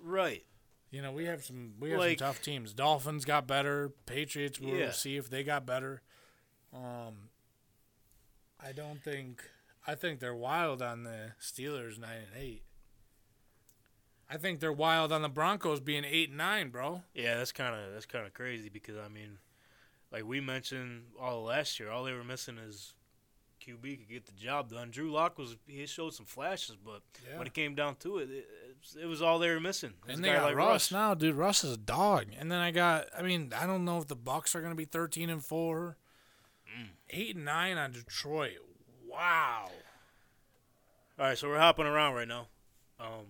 Speaker 2: right?
Speaker 3: You know, we have some we have
Speaker 2: Like-
Speaker 3: some tough teams. Dolphins got better. Patriots, we'll
Speaker 2: Yeah.
Speaker 3: see if they got better. Um, I don't think I think they're wild on the Steelers nine and eight. I think they're wild on the Broncos being eight and nine, bro.
Speaker 2: Yeah, that's kind of that's kind of crazy because I mean, like we mentioned all last year, all they were missing is QB could get the job done. Drew Lock was he showed some flashes, but
Speaker 3: Yeah.
Speaker 2: when it came down to it, it, it was all they were missing. It was
Speaker 3: And
Speaker 2: a
Speaker 3: they
Speaker 2: guy
Speaker 3: got
Speaker 2: like
Speaker 3: Russ now, dude. Russ is a dog. And then I got, I mean, I don't know if the Bucks are going to be thirteen and four,
Speaker 2: Mm.
Speaker 3: eight and nine on Detroit. Wow.
Speaker 2: All right, so we're hopping around right now. Um,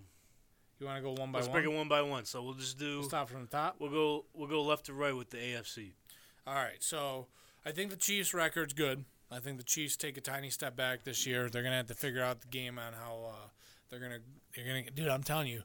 Speaker 3: You want to go one by
Speaker 2: Let's
Speaker 3: one?
Speaker 2: break it one by one. So we'll just do.
Speaker 3: We'll stop from the top.
Speaker 2: We'll go. We'll go left to right with the AFC.
Speaker 3: All right. So I think the Chiefs' record's good. I think the Chiefs take a tiny step back this year. They're going to have to figure out the game on how uh, they're going to. They're going to. Dude, I'm telling you.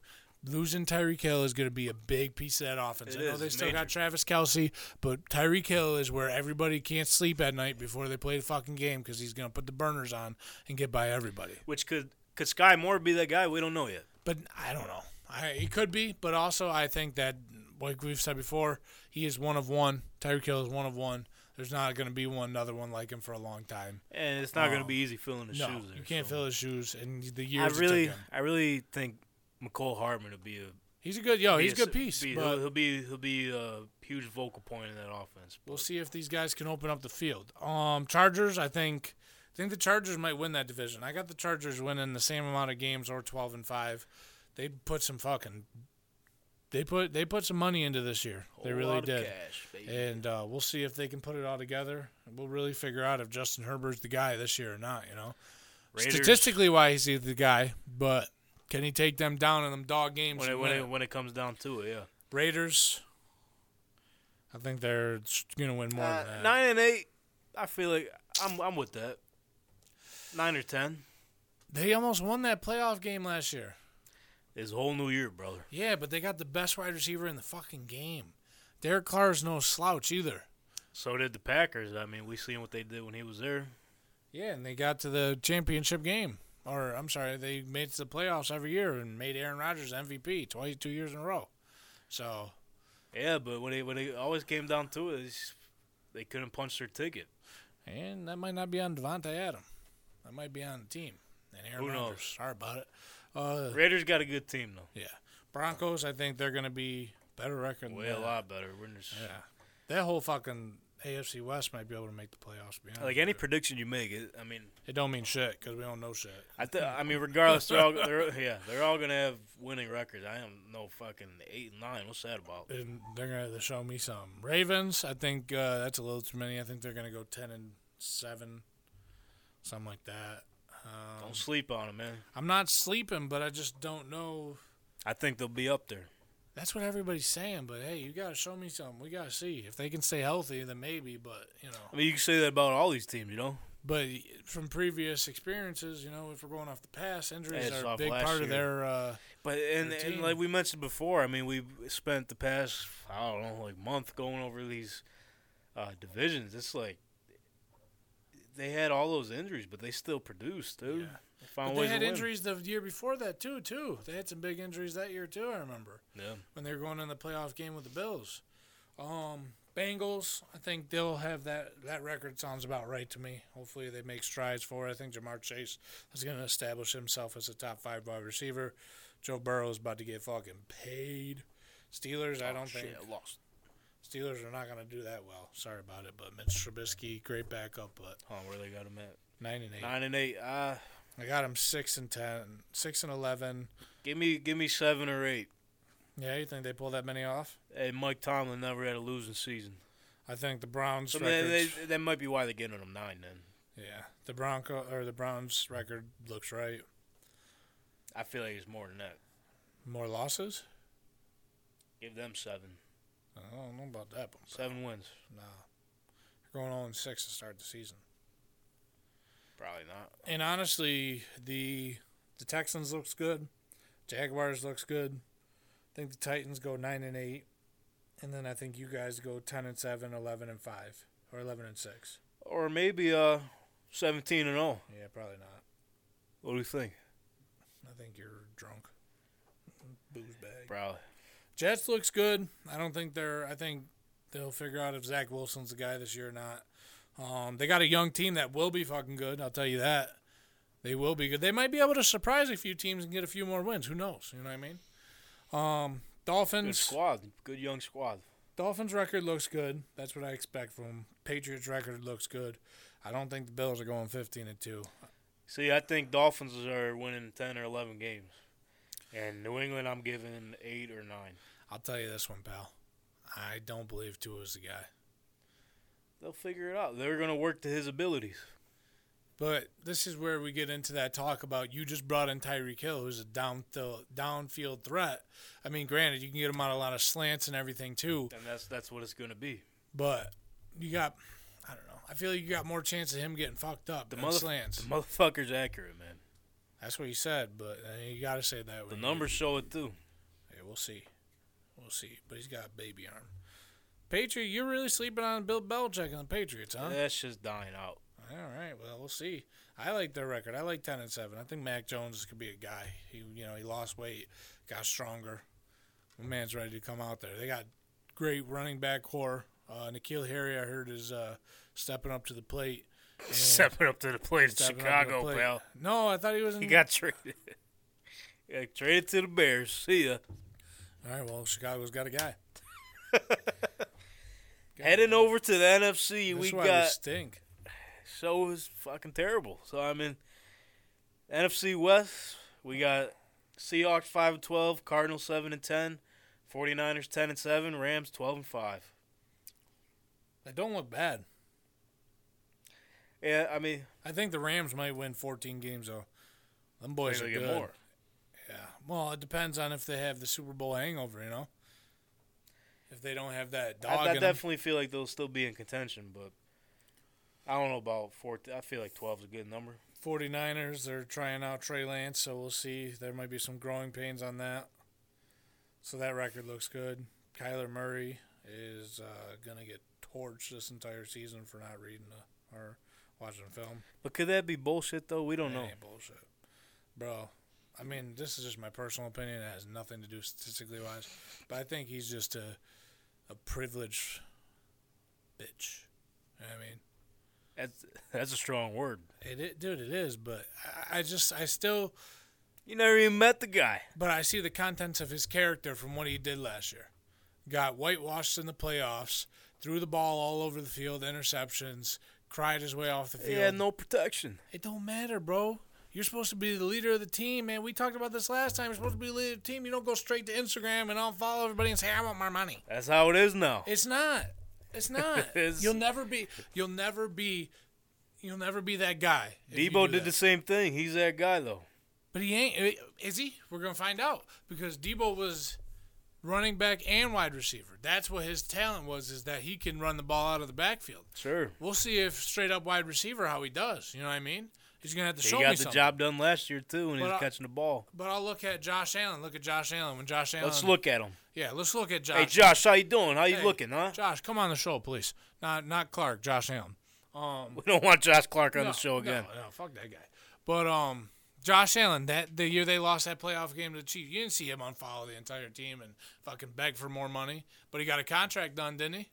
Speaker 3: Losing Tyreek Hill is going to be a big piece of that offense.
Speaker 2: It
Speaker 3: I know
Speaker 2: is,
Speaker 3: they
Speaker 2: it's
Speaker 3: still
Speaker 2: major.
Speaker 3: got Travis Kelsey, but Tyreek Hill is where everybody can't sleep at night before they play the fucking game because he's going to put the burners on and get by everybody.
Speaker 2: Which could could Sky Moore be that guy? We don't know yet.
Speaker 3: But I don't know. I, he could be, but also I think that, like we've said before, he is one of one. Tyreek Hill is one of one. There's not going to be one another one like him for a long time.
Speaker 2: And it's not going
Speaker 3: Oh.
Speaker 2: to be easy filling his
Speaker 3: No,
Speaker 2: shoes. There,
Speaker 3: you can't
Speaker 2: so.
Speaker 3: fill his shoes. And the
Speaker 2: I
Speaker 3: years it
Speaker 2: really,
Speaker 3: took him.
Speaker 2: I really think McCole Hardman will be a.
Speaker 3: he's a good yo.
Speaker 2: be
Speaker 3: Oh, He's a good
Speaker 2: s-
Speaker 3: piece.
Speaker 2: be-
Speaker 3: but
Speaker 2: he'll, he'll be he'll be a huge vocal point in that offense.
Speaker 3: we'll
Speaker 2: But
Speaker 3: see if these guys can open up the field. Um, Chargers, I think, I think the Chargers might win that division. I got the Chargers winning the same amount of games or twelve and five. They put some fucking, they put they put some money into this year. They
Speaker 2: whole
Speaker 3: really
Speaker 2: lot of
Speaker 3: did.
Speaker 2: cash, baby.
Speaker 3: and uh, we'll see if they can put it all together. We'll really figure out if Justin Herbert's the guy this year or not. You know,
Speaker 2: Raiders,
Speaker 3: statistically wise, he's the guy, but can he take them down in them dog games?
Speaker 2: when it,
Speaker 3: and
Speaker 2: when
Speaker 3: win
Speaker 2: it, when it comes down to it, yeah.
Speaker 3: it? Raiders, I think they're going to win more
Speaker 2: Uh,
Speaker 3: than that.
Speaker 2: nine and eight, I feel like I'm I'm with that. Nine or ten
Speaker 3: They almost won that playoff game last year.
Speaker 2: is a whole new year, brother.
Speaker 3: Yeah, but they got the best wide receiver in the fucking game. Derek Carr is no slouch either.
Speaker 2: So did the Packers. I mean, we seen what they did when he was there.
Speaker 3: Yeah, and they got to the championship game. Or I'm sorry, they made it to the playoffs every year and made Aaron Rodgers MVP twice two years in a row. So
Speaker 2: Yeah, but when they when they always came down to it, it's- they couldn't punch their ticket.
Speaker 3: and that might not be on Devontae Adam. That might be on the team. And Aaron
Speaker 2: Who knows?
Speaker 3: Rodgers. Sorry about it. Uh,
Speaker 2: Raiders got a good team though,
Speaker 3: yeah. Broncos, I think they're gonna be better record than
Speaker 2: way
Speaker 3: that.
Speaker 2: a lot better. We're just,
Speaker 3: Yeah. That whole fucking AFC West might be able to make the playoffs. to be honest
Speaker 2: Like any
Speaker 3: with you.
Speaker 2: prediction you make, it, I mean,
Speaker 3: it don't mean shit because we don't know shit.
Speaker 2: I th- I mean, regardless, they're all they're, yeah, they're all gonna have winning records. I am no fucking eight and nine. What's that about?
Speaker 3: and they're gonna have to show me some Ravens. I think uh, that's a little too many. I think they're gonna go ten and seven, something like that. Um,
Speaker 2: Don't sleep on them, man.
Speaker 3: I'm not sleeping, but I just don't know.
Speaker 2: I think they'll be up there.
Speaker 3: That's what everybody's saying. But hey, you gotta show me something. We gotta see if they can stay healthy. Then maybe, but you know.
Speaker 2: I mean, you can say that about all these teams, you know.
Speaker 3: But from previous experiences, you know, if we're going off the past, injuries
Speaker 2: it's
Speaker 3: are a
Speaker 2: off
Speaker 3: big
Speaker 2: last
Speaker 3: part of
Speaker 2: year.
Speaker 3: their. Uh,
Speaker 2: But and,
Speaker 3: Their
Speaker 2: and
Speaker 3: team.
Speaker 2: like we mentioned before, I mean, we spent the past I don't know like month going over these uh, divisions. It's like they had all those injuries, but they still produced, dude.
Speaker 3: Yeah.
Speaker 2: They found
Speaker 3: but they
Speaker 2: ways
Speaker 3: had
Speaker 2: to win.
Speaker 3: injuries the year before that too. Too they had some big injuries that year too. I remember.
Speaker 2: Yeah.
Speaker 3: when they were going in the playoff game with the Bills. Um, Bengals, I think they'll have that. That record sounds about right to me. Hopefully, they make strides for it. I think Jamar Chase is going to establish himself as a top five wide receiver. Joe Burrow is about to get fucking paid. Steelers, I don't think
Speaker 2: Oh, Shit, I lost.
Speaker 3: Steelers are not going to do that well. Sorry about it, but Mitch Trubisky, great backup, but
Speaker 2: Oh, where they got them at?
Speaker 3: nine and eight.
Speaker 2: Nine and eight. Uh,
Speaker 3: I got him six and ten, six and eleven.
Speaker 2: give me give me seven or eight.
Speaker 3: Yeah, you think they pull that many off?
Speaker 2: Hey, Mike Tomlin never had a losing season.
Speaker 3: I think the Browns.
Speaker 2: So they,
Speaker 3: records-
Speaker 2: they, that might be why they're getting them nine. Then
Speaker 3: Yeah, the Bronco or the Browns record looks right.
Speaker 2: I feel like it's more than that.
Speaker 3: More losses?
Speaker 2: Give them seven,
Speaker 3: I don't know about that, but
Speaker 2: seven wins.
Speaker 3: no, You're going on six to start the season.
Speaker 2: Probably not.
Speaker 3: And honestly, the the Texans looks good, Jaguars looks good. I think the Titans go nine and eight, and then I think you guys go ten and seven, 11 and five, or eleven and six.
Speaker 2: Or maybe uh, seventeen and zero.
Speaker 3: Yeah, probably not.
Speaker 2: What do you think?
Speaker 3: I think you're drunk. Booze bag.
Speaker 2: Probably.
Speaker 3: Jets looks good. I don't think they're. I think they'll figure out if Zach Wilson's the guy this year or not. Um, they got a young team that will be fucking good. I'll tell you that. They will be good. They might be able to surprise a few teams and get a few more wins. Who knows? You know what I mean? Um,
Speaker 2: Good
Speaker 3: Dolphins.
Speaker 2: squad. Good young squad.
Speaker 3: Dolphins record looks good. That's what I expect from 'em. Patriots record looks good. I don't think the Bills are going fifteen and two.
Speaker 2: See, I think Dolphins are winning ten or eleven games, and New England, I'm giving eight or nine.
Speaker 3: I'll tell you this one, pal. I don't believe Tua is the guy.
Speaker 2: They'll figure it out. They're gonna work to his abilities.
Speaker 3: But this is where we get into that talk about you just brought in Tyreek Hill, who's a downfield downfield threat. I mean, granted, you can get him on a lot of slants and everything too,
Speaker 2: And that's that's what it's gonna be.
Speaker 3: but you got I don't know. I feel like you got more chance of him getting fucked up
Speaker 2: The
Speaker 3: than
Speaker 2: mother-
Speaker 3: slants.
Speaker 2: The motherfucker's accurate, man.
Speaker 3: That's what you said, but I mean, you got to say that.
Speaker 2: The
Speaker 3: when you-
Speaker 2: numbers show it too.
Speaker 3: Hey, we'll see. We'll see. But he's got a baby arm. Patriot, you're really sleeping on Bill Belichick and the Patriots, huh?
Speaker 2: That's just dying out.
Speaker 3: All right. Well, we'll see. I like their record. I like ten and seven. I think Mac Jones could be a guy. He, you know, he lost weight, got stronger. My man's ready to come out there. They got great running back core. Uh, Nikhil Harry, I heard, is uh, stepping up to the plate.
Speaker 2: Stepping up to the plate in
Speaker 3: Stepping up to the
Speaker 2: Chicago,
Speaker 3: plate. Mm.
Speaker 2: pal.
Speaker 3: No, I thought he was in.
Speaker 2: He got traded. yeah, traded to the Bears. See ya.
Speaker 3: All right. Well, Chicago's got a guy.
Speaker 2: Heading over to the NFC, we
Speaker 3: That's why
Speaker 2: got
Speaker 3: we stink.
Speaker 2: so is fucking terrible. So I mean, NFC West, we got Seahawks five and twelve, Cardinals seven and 10, 49ers ten and seven, Rams twelve and five.
Speaker 3: They don't look bad.
Speaker 2: Yeah, I mean,
Speaker 3: I think the Rams might win 14 games though. Them boys
Speaker 2: they
Speaker 3: are
Speaker 2: get
Speaker 3: good.
Speaker 2: more.
Speaker 3: Yeah. Well, it depends on if they have the Super Bowl hangover, you know. If they don't have that dog,
Speaker 2: I, I
Speaker 3: in 'em.
Speaker 2: definitely feel like they'll still be in contention, but I don't know about fourteen. I feel like twelve is a good number.
Speaker 3: 49ers, they're trying out Trey Lance, so we'll see. There might be some growing pains on that. So that record looks good. Kyler Murray is uh, going to get torched this entire season for not reading the, or watching film.
Speaker 2: But could that be bullshit though? We don't
Speaker 3: That
Speaker 2: know.
Speaker 3: ain't bullshit. Bro, I mean, this is just my personal opinion. It has nothing to do statistically wise. But I think he's just a a privileged bitch. You know what I mean?
Speaker 2: That's that's a strong word.
Speaker 3: It, it dude, it is, but I, I just I still
Speaker 2: You never even met the guy.
Speaker 3: but I see the contents of his character from what he did last year. Got whitewashed in the playoffs, threw the ball all over the field, interceptions, cried his way off the
Speaker 2: He
Speaker 3: field.
Speaker 2: had no protection.
Speaker 3: It don't matter, bro. You're supposed to be the leader of the team, man. We talked about this last time. You're supposed to be the leader of the team. You don't go straight to Instagram and unfollow everybody and say, I want my money.
Speaker 2: That's how it is now.
Speaker 3: It's not. It's not.
Speaker 2: It's-
Speaker 3: you'll never be you'll never be You'll never be that guy. if you
Speaker 2: Debo
Speaker 3: do
Speaker 2: did
Speaker 3: that.
Speaker 2: the same thing. He's that guy though.
Speaker 3: But he ain't. eh, Is he? We're gonna find out because Debo was running back and wide receiver. That's what his talent was. Is that he can run the ball out of the backfield.
Speaker 2: Sure.
Speaker 3: We'll see if straight up wide receiver how he does. You know what I mean? He's gonna have to
Speaker 2: He
Speaker 3: show me
Speaker 2: got the
Speaker 3: something.
Speaker 2: job done last year too, and he
Speaker 3: But
Speaker 2: was
Speaker 3: I-
Speaker 2: catching the ball.
Speaker 3: But I'll look at Josh Allen. Look at Josh Allen when Josh Allen.
Speaker 2: Let's look at him.
Speaker 3: Yeah, let's look at Josh.
Speaker 2: Hey Josh, how you doing? How you
Speaker 3: Hey,
Speaker 2: looking, huh?
Speaker 3: Josh, come on the show, please. Not not Clark. Josh Allen. Um,
Speaker 2: We don't want Josh Clark on
Speaker 3: no,
Speaker 2: the show again.
Speaker 3: No, no, fuck that guy. But um, Josh Allen, that the year they lost that playoff game to the Chiefs, you didn't see him unfollow the entire team and fucking beg for more money. But he got a contract done, didn't he?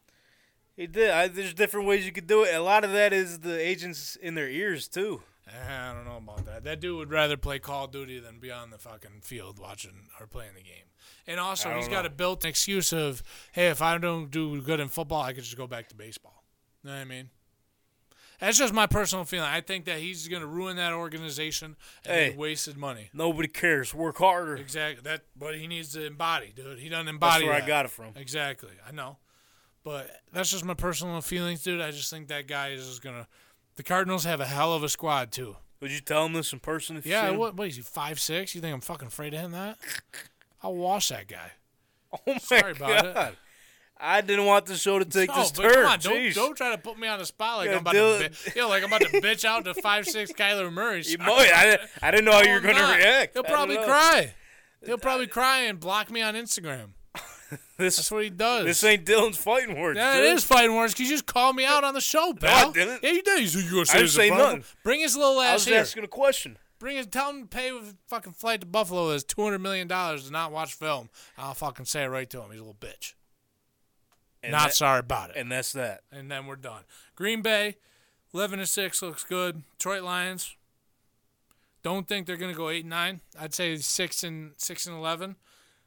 Speaker 2: He did. I, there's different ways you could do it. A lot of that is the agents in their ears too.
Speaker 3: Eh, I don't know about that. That dude would rather play Call of Duty than be on the fucking field watching or playing the game. And also,
Speaker 2: I
Speaker 3: he's
Speaker 2: don't
Speaker 3: got
Speaker 2: know.
Speaker 3: a built-in excuse of, hey, if I don't do good in football, I could just go back to baseball. You know what I mean? That's just my personal feeling. I think that he's going to ruin that organization and
Speaker 2: Hey.
Speaker 3: they wasted money.
Speaker 2: Nobody cares. Work harder.
Speaker 3: Exactly. That, but he needs to embody, dude. He doesn't
Speaker 2: That's
Speaker 3: embody.
Speaker 2: where I
Speaker 3: that.
Speaker 2: got it from.
Speaker 3: Exactly. I know, but that's just my personal feelings, dude. I just think that guy is just gonna. The Cardinals have a hell of a squad too.
Speaker 2: Would you tell him this in person? If
Speaker 3: Yeah.
Speaker 2: You
Speaker 3: What? What is he? Five six? You think I'm fucking afraid of him? That? I'll wash that guy.
Speaker 2: Oh my
Speaker 3: Sorry about
Speaker 2: god.
Speaker 3: it.
Speaker 2: I didn't want the show to take
Speaker 3: No,
Speaker 2: this
Speaker 3: but
Speaker 2: turn.
Speaker 3: come on, don't,
Speaker 2: Jeez.
Speaker 3: don't try to put me on the spot like
Speaker 2: Yeah,
Speaker 3: I'm about
Speaker 2: do
Speaker 3: to,
Speaker 2: it.
Speaker 3: bi- yeah, like I'm about to bitch out to five six Kyler Murray.
Speaker 2: You
Speaker 3: Sorry.
Speaker 2: might. I, didn't- I didn't know how
Speaker 3: No,
Speaker 2: you were
Speaker 3: I'm
Speaker 2: going to
Speaker 3: not.
Speaker 2: react.
Speaker 3: He'll
Speaker 2: I don't
Speaker 3: probably
Speaker 2: know.
Speaker 3: cry. He'll probably cry and block me on Instagram. That's
Speaker 2: This
Speaker 3: what he does.
Speaker 2: this ain't Dylan's fighting words.
Speaker 3: Yeah, it
Speaker 2: dude.
Speaker 3: is fighting words because you just called me out on the show, pal.
Speaker 2: didn't.
Speaker 3: Yeah, you did. You said you gonna say
Speaker 2: didn't
Speaker 3: this is a
Speaker 2: say
Speaker 3: problem.
Speaker 2: nothing.
Speaker 3: Bring his little
Speaker 2: I
Speaker 3: ass
Speaker 2: was
Speaker 3: here.
Speaker 2: asking a question.
Speaker 3: Bring his. Tell him to pay with fucking flight to Buffalo is two hundred million dollars to not watch film. I'll fucking say it right to him. He's a little bitch.
Speaker 2: And
Speaker 3: not
Speaker 2: that-
Speaker 3: sorry about it. And,
Speaker 2: And that's that.
Speaker 3: then we're done. Green Bay, eleven and six looks good. Detroit Lions. Don't think they're gonna go eight and nine. I'd say six and six and eleven.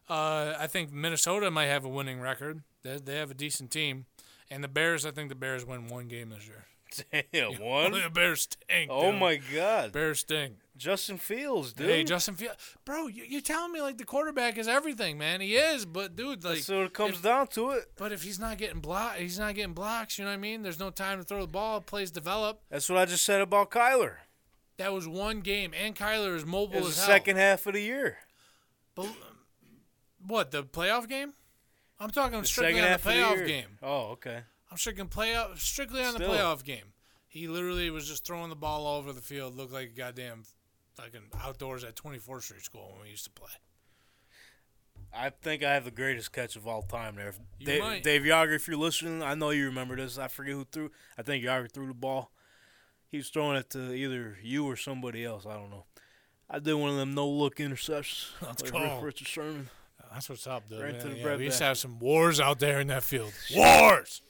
Speaker 3: Uh, I think Minnesota might have a winning record. They, they have a decent team. And the Bears, I think the Bears win one game this year.
Speaker 2: Damn, one.
Speaker 3: The Bears stink.
Speaker 2: Oh
Speaker 3: dude.
Speaker 2: my God,
Speaker 3: Bears stink.
Speaker 2: Justin Fields, dude.
Speaker 3: Hey, Justin Fields, bro, you, you're telling me like the quarterback is everything, man. He is, but dude, like,
Speaker 2: so it comes
Speaker 3: if-
Speaker 2: down to it.
Speaker 3: but if he's not getting block, he's not getting blocks. You know what I mean? There's no time to throw the ball. Plays develop.
Speaker 2: That's what I just said about Kyler.
Speaker 3: That was one game, and Kyler is mobile
Speaker 2: It was
Speaker 3: as
Speaker 2: the
Speaker 3: hell.
Speaker 2: second half of the year.
Speaker 3: But- what the playoff game? I'm talking
Speaker 2: The
Speaker 3: strictly
Speaker 2: second
Speaker 3: on the
Speaker 2: half of the year.
Speaker 3: playoff game.
Speaker 2: Oh, okay.
Speaker 3: I'm strictly playoff, strictly on the
Speaker 2: Still.
Speaker 3: playoff game. He literally was just throwing the ball all over the field. Looked like a goddamn fucking outdoors at 24th Street School when we used to play.
Speaker 2: I think I have the greatest catch of all time there. If
Speaker 3: You
Speaker 2: Dave,
Speaker 3: might.
Speaker 2: Dave Yager, if you're listening, I know you remember this. I forget who threw. I think Yager threw the ball. He was throwing it to either you or somebody else. I don't know. I did one of them no look interceptions.
Speaker 3: Let's
Speaker 2: like
Speaker 3: go.
Speaker 2: Richard Sherman.
Speaker 3: That's what's up, dude.
Speaker 2: Right to
Speaker 3: Yeah,
Speaker 2: the
Speaker 3: yeah,
Speaker 2: bread
Speaker 3: we used to
Speaker 2: basket.
Speaker 3: have some wars out there in that field. Wars.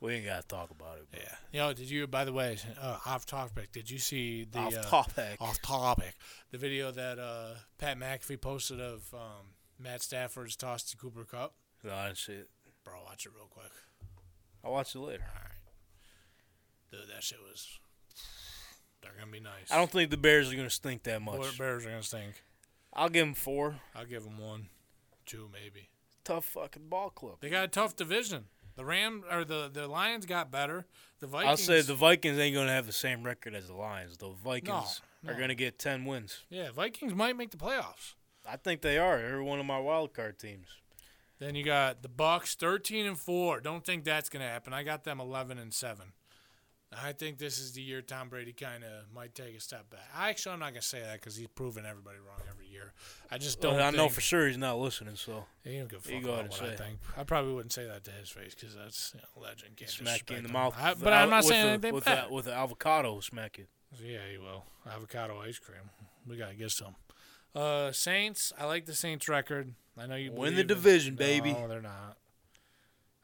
Speaker 2: We ain't gotta talk about it.
Speaker 3: Yeah. Yo, did you? By the way, uh, off topic. Did you see the
Speaker 2: But off
Speaker 3: uh,
Speaker 2: topic.
Speaker 3: Off topic. The video that uh, Pat McAfee posted of um, Matt Stafford's toss to Cooper Cup.
Speaker 2: No, I didn't see it.
Speaker 3: Bro, watch it real quick.
Speaker 2: I'll watch it later.
Speaker 3: Dude, that shit was. They're gonna be nice.
Speaker 2: I don't think the Bears are gonna stink that much.
Speaker 3: What Bears are gonna stink.
Speaker 2: I'll give them four.
Speaker 3: I'll give them one, two maybe.
Speaker 2: Tough fucking ball club.
Speaker 3: They got a tough division. The Ram or the the Lions got better. The Vikings.
Speaker 2: I'll say the Vikings ain't gonna have the same record as the Lions. The Vikings are
Speaker 3: no.
Speaker 2: gonna get ten wins.
Speaker 3: yeah Vikings might make the playoffs.
Speaker 2: I think they are. They're one of my wild card teams.
Speaker 3: Then you got the Bucks, thirteen and four. Don't think that's gonna happen. I got them eleven and seven. I think this is the year Tom Brady kind of might take a step back. I actually I'm not gonna say that because he's proven everybody wrong every year. I just don't.
Speaker 2: Well, I know
Speaker 3: think-
Speaker 2: for sure he's not listening, so
Speaker 3: He don't give a
Speaker 2: You
Speaker 3: fuck
Speaker 2: go
Speaker 3: about
Speaker 2: ahead
Speaker 3: what
Speaker 2: and
Speaker 3: I
Speaker 2: say.
Speaker 3: think. I probably wouldn't say that to his face because that's you know, legend. Can't
Speaker 2: smack you in
Speaker 3: disrespect
Speaker 2: the
Speaker 3: him.
Speaker 2: mouth.
Speaker 3: I-
Speaker 2: with
Speaker 3: but
Speaker 2: al-
Speaker 3: I'm not
Speaker 2: with
Speaker 3: saying
Speaker 2: a-
Speaker 3: anything
Speaker 2: with
Speaker 3: bad.
Speaker 2: a- with an avocado. Smack it.
Speaker 3: Yeah, he will. Avocado ice cream. We gotta get some. Uh, Saints. I like the Saints record. I know you
Speaker 2: Win the
Speaker 3: believe in-
Speaker 2: division, baby.
Speaker 3: No, they're not.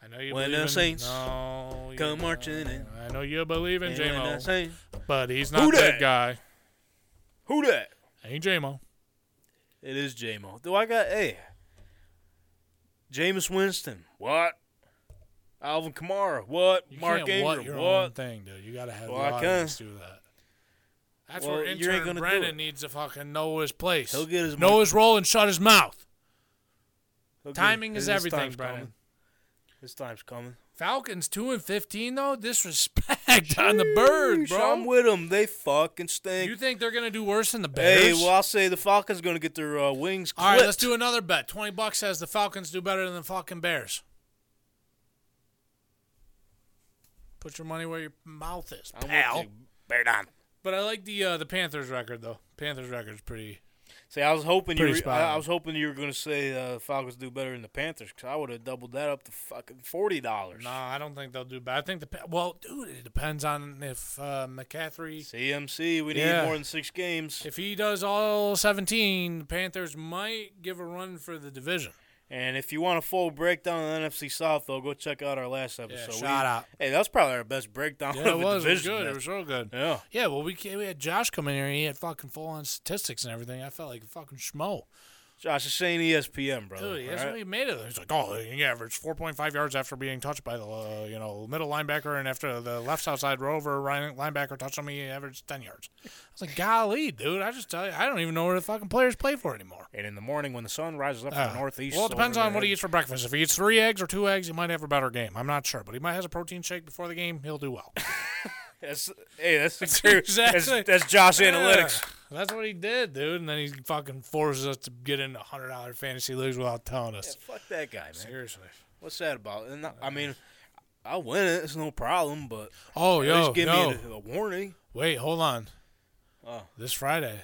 Speaker 3: I know you
Speaker 2: When
Speaker 3: believe
Speaker 2: the
Speaker 3: in
Speaker 2: Saints
Speaker 3: No, you-
Speaker 2: come marching in.
Speaker 3: I know you believe in
Speaker 2: And I
Speaker 3: J-Mo,
Speaker 2: say,
Speaker 3: but he's
Speaker 2: Who
Speaker 3: not that
Speaker 2: dat?
Speaker 3: guy.
Speaker 2: Who that?
Speaker 3: Ain't J-Mo.
Speaker 2: It is J-Mo. Do I got a? Jameis Winston. What? Alvin Kamara. What?
Speaker 3: You
Speaker 2: Mark
Speaker 3: can't
Speaker 2: Ingram.
Speaker 3: what your own
Speaker 2: what?
Speaker 3: thing, dude. You gotta have
Speaker 2: Well, I
Speaker 3: the
Speaker 2: can.
Speaker 3: audience do that. That's
Speaker 2: Well,
Speaker 3: where
Speaker 2: you ain't
Speaker 3: intern
Speaker 2: gonna do it.
Speaker 3: Brandon needs to fucking know his place.
Speaker 2: He'll get his
Speaker 3: know
Speaker 2: mic-
Speaker 3: his role and shut his mouth.
Speaker 2: He'll get-
Speaker 3: Timing is
Speaker 2: his
Speaker 3: everything,
Speaker 2: time's
Speaker 3: Brandon.
Speaker 2: coming. His time's coming.
Speaker 3: Falcons two and fifteen though. Disrespect on the birds,
Speaker 2: Bro, I'm
Speaker 3: bro.
Speaker 2: with them. They fucking stink.
Speaker 3: You think they're gonna do worse than the
Speaker 2: hey,
Speaker 3: Bears?
Speaker 2: well, I'll say the Falcons going to get their uh, wings clipped.
Speaker 3: All right, let's do another bet. Twenty bucks says the Falcons do better than the fucking Bears. Put your money where your mouth is,
Speaker 2: I'm with
Speaker 3: pal.
Speaker 2: you. Bear down.
Speaker 3: But I like the uh, the Panthers record though. Panthers record's pretty.
Speaker 2: See, I was hoping you.
Speaker 3: Pretty
Speaker 2: Were,
Speaker 3: spot
Speaker 2: I, I
Speaker 3: on.
Speaker 2: was hoping you were going to say uh, the Falcons do better than the Panthers because I would have doubled that up to fucking forty dollars.
Speaker 3: Nah, I don't think they'll do bad. I think the Pa- well, dude, it depends on if uh, McCaffrey
Speaker 2: CMC, we need
Speaker 3: Yeah.
Speaker 2: more than six games,
Speaker 3: if he does all seventeen, the Panthers might give a run for the division.
Speaker 2: and if you want a full breakdown of the NFC South, though, go check out our last episode. We-
Speaker 3: shout out.
Speaker 2: Hey, that was probably our best breakdown
Speaker 3: Yeah,
Speaker 2: of
Speaker 3: it
Speaker 2: the
Speaker 3: was. It was
Speaker 2: division.
Speaker 3: good. It
Speaker 2: man.
Speaker 3: was real good.
Speaker 2: yeah.
Speaker 3: Yeah, well, we ca- we had Josh come in here and he had fucking full on statistics and everything. I felt like a fucking schmo.
Speaker 2: Josh E is saying ESPN, brother.
Speaker 3: Dude, Oh, E that's
Speaker 2: all right?
Speaker 3: what he made of it. He's like, oh, he averaged 4.5 yards after being touched by the uh, you know middle linebacker, and after the left outside rover line- linebacker touched on me, he averaged 10 yards. I was like, golly, dude, I just tell you, I don't even know where the fucking players play for anymore.
Speaker 2: And in the morning, when the sun rises up
Speaker 3: Uh,
Speaker 2: from the northeast,
Speaker 3: well, it depends
Speaker 2: over
Speaker 3: on what
Speaker 2: there-
Speaker 3: he eats for breakfast. If he eats three eggs or two eggs, he might have a better game. I'm not sure, but he might has a protein shake before the game. He'll do well.
Speaker 2: That's, hey, that's the true.
Speaker 3: Exactly.
Speaker 2: That's, that's Josh
Speaker 3: Yeah.
Speaker 2: analytics.
Speaker 3: That's what he did, dude. And then he fucking forces us to get into hundred dollar fantasy leagues without telling
Speaker 2: Yeah,
Speaker 3: us.
Speaker 2: fuck that guy, man.
Speaker 3: Seriously.
Speaker 2: What's that about? And I, I mean, I win it. It's no problem, but
Speaker 3: Oh,
Speaker 2: at
Speaker 3: yo,
Speaker 2: least give
Speaker 3: yo.
Speaker 2: me a, a warning.
Speaker 3: Wait, hold on.
Speaker 2: Oh.
Speaker 3: This Friday,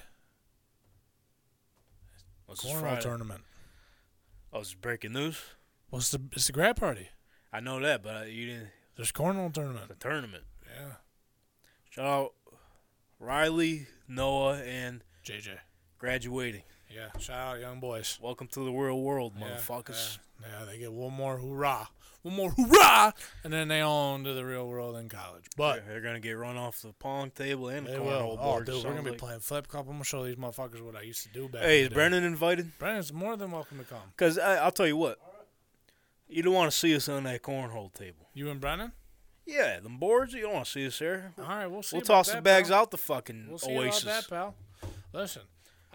Speaker 2: What's this
Speaker 3: cornhole
Speaker 2: Friday?
Speaker 3: tournament.
Speaker 2: Oh, it's breaking news.
Speaker 3: What's the? It's the grad party.
Speaker 2: I know that, but I, you didn't.
Speaker 3: There's cornhole tournament.
Speaker 2: The tournament.
Speaker 3: Yeah.
Speaker 2: Shout out Riley, Noah, and
Speaker 3: JJ.
Speaker 2: graduating.
Speaker 3: Yeah. Shout out, young boys.
Speaker 2: Welcome to the real world,
Speaker 3: Yeah,
Speaker 2: motherfuckers.
Speaker 3: Yeah, yeah, they get one more hoorah, one more hoorah, and then they on to the real world in college. But
Speaker 2: They're gonna get run off the pong table and the
Speaker 3: They
Speaker 2: cornhole
Speaker 3: will. Oh,
Speaker 2: board.
Speaker 3: dude, we're
Speaker 2: sounds
Speaker 3: gonna be
Speaker 2: like.
Speaker 3: playing flip cup. I'm gonna show these motherfuckers what I used to do back.
Speaker 2: Hey,
Speaker 3: in
Speaker 2: is
Speaker 3: the day.
Speaker 2: Brendan invited?
Speaker 3: Brennan's more than welcome to come.
Speaker 2: Because uh, I'll tell you what, you don't want to see us on that cornhole table.
Speaker 3: You and Brennan.
Speaker 2: Yeah, them boards, you don't want to see us there.
Speaker 3: All right, we'll see.
Speaker 2: we'll
Speaker 3: about
Speaker 2: toss
Speaker 3: that,
Speaker 2: the bags
Speaker 3: pal.
Speaker 2: out the fucking
Speaker 3: We'll see
Speaker 2: oasis.
Speaker 3: about that, pal. Listen,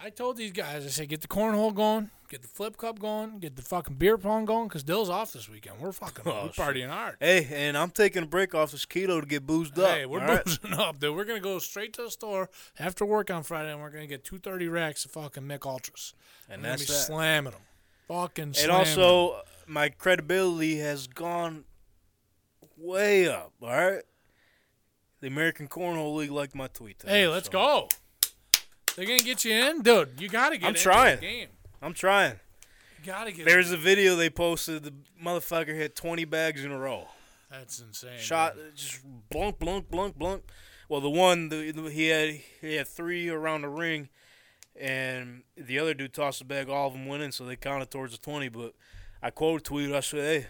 Speaker 3: I told these guys. I said, get the cornhole going, get the flip cup going, get the fucking beer pong going, because Dill's off this weekend. We're fucking
Speaker 2: Oh,
Speaker 3: we're
Speaker 2: shit.
Speaker 3: partying hard.
Speaker 2: Hey, and I'm taking a break off this keto to get boozed up.
Speaker 3: Hey, we're
Speaker 2: all right?
Speaker 3: boozing up, dude. We're gonna go straight to the store after work on Friday, and we're gonna get two thirty racks of fucking Mick Ultras.
Speaker 2: And
Speaker 3: We're gonna
Speaker 2: that's
Speaker 3: be
Speaker 2: that.
Speaker 3: slamming them. Fucking
Speaker 2: And
Speaker 3: slamming 'em.
Speaker 2: also, my credibility has gone way up. All right, the American Cornhole League liked my tweet. today,
Speaker 3: Hey, let's
Speaker 2: so
Speaker 3: go. They're gonna get you in, dude. You gotta get.
Speaker 2: I'm
Speaker 3: into the
Speaker 2: trying.
Speaker 3: Game.
Speaker 2: I'm trying.
Speaker 3: You gotta get.
Speaker 2: There's
Speaker 3: in.
Speaker 2: a video they posted. The motherfucker hit 20 bags in a row.
Speaker 3: That's insane.
Speaker 2: Shot uh,
Speaker 3: dude.
Speaker 2: just blunk, blunk, blunk, blunk. Well, the one the, the- he had he had three around the ring, and the other dude tossed the bag. All of them went in, so they counted towards the 20. But I quoted tweeted. I said, "Hey,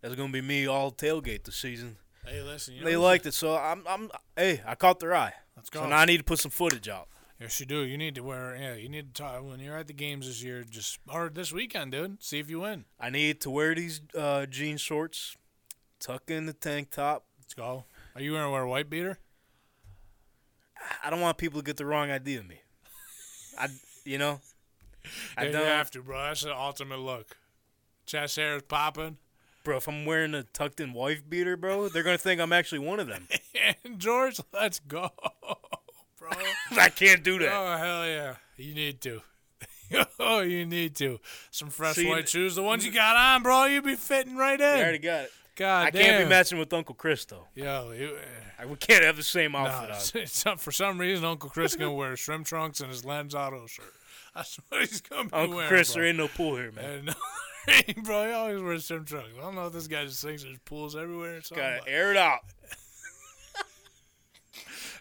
Speaker 2: that's gonna be me all tailgate this season."
Speaker 3: Hey, listen. You
Speaker 2: They
Speaker 3: know,
Speaker 2: liked it, so I'm, I'm. Hey, I caught their eye.
Speaker 3: Let's
Speaker 2: So
Speaker 3: go.
Speaker 2: now I need to put some footage out.
Speaker 3: Yes, you do. You need to wear. Yeah, you need to talk when you're at the games this year. Just or this weekend, dude. See if you win.
Speaker 2: I need to wear these uh, jean shorts, tuck in the tank top.
Speaker 3: Let's go. Are you gonna wear a white beater?
Speaker 2: I don't want people to get the wrong idea of me. I, you know, I
Speaker 3: Yeah,
Speaker 2: don't.
Speaker 3: You have to, bro. That's the ultimate look. Chest hair is popping.
Speaker 2: Bro, if I'm wearing a tucked in wife beater, bro, they're gonna think I'm actually one of them.
Speaker 3: And George, let's go, bro.
Speaker 2: I can't do that.
Speaker 3: Oh hell yeah! You need to. oh, you need to. Some fresh
Speaker 2: See,
Speaker 3: white shoes. The ones you got on, bro. You'd be fitting right in.
Speaker 2: I already got it.
Speaker 3: God
Speaker 2: I
Speaker 3: damn.
Speaker 2: can't be matching with Uncle Chris though.
Speaker 3: Yo, you, eh.
Speaker 2: I- We can't have the same
Speaker 3: nah,
Speaker 2: outfit. on.
Speaker 3: it's- it's- for some reason, Uncle Chris gonna wear shrimp trunks and his Lens Auto shirt. That's what he's gonna be
Speaker 2: Uncle
Speaker 3: wearing.
Speaker 2: Chris,
Speaker 3: bro.
Speaker 2: there ain't no pool here, man.
Speaker 3: And, bro, he always wears shrimp trunks. I don't know if this guy just thinks there's pools everywhere or something.
Speaker 2: Gotta
Speaker 3: but
Speaker 2: air it out.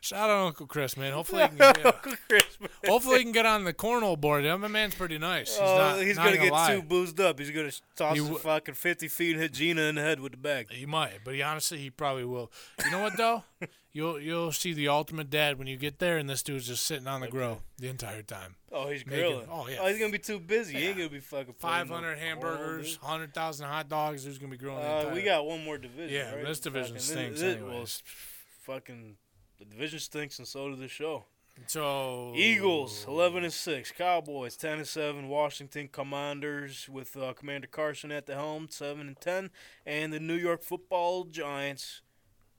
Speaker 3: Shout out Uncle Chris, man. Hopefully, he can, yeah.
Speaker 2: Uncle Chris, man.
Speaker 3: hopefully he can get on the cornhole board. Yeah, My man's pretty nice. He's
Speaker 2: Oh,
Speaker 3: not.
Speaker 2: he's
Speaker 3: not
Speaker 2: gonna
Speaker 3: gonna
Speaker 2: get
Speaker 3: lie.
Speaker 2: too boozed up. He's gonna toss
Speaker 3: He
Speaker 2: the
Speaker 3: w-
Speaker 2: fucking fifty feet and hit Gina in the head with the bag.
Speaker 3: He might, but he honestly he probably will. You know what though? you'll you'll see the ultimate dad when you get there, and this dudude's just sitting on the grill the entire time.
Speaker 2: Oh, he's
Speaker 3: Make it-
Speaker 2: grilling.
Speaker 3: oh, yeah.
Speaker 2: he's gonna be too busy. He ain't gonna be fucking. playing
Speaker 3: Five
Speaker 2: no
Speaker 3: hundred
Speaker 2: cornhole,
Speaker 3: hamburgers,
Speaker 2: dude.
Speaker 3: hundred thousand hot dogs. Who's gonna be grilling? the
Speaker 2: Uh,
Speaker 3: entire
Speaker 2: we got one more division.
Speaker 3: Yeah,
Speaker 2: right?
Speaker 3: this division
Speaker 2: Fucking-
Speaker 3: stinks
Speaker 2: This, well,
Speaker 3: anyways.
Speaker 2: s- fucking the division stinks, and so does the show.
Speaker 3: So
Speaker 2: Eagles eleven and six, Cowboys ten and seven, Washington Commanders with uh, Commander Carson at the helm seven and ten, and the New York Football Giants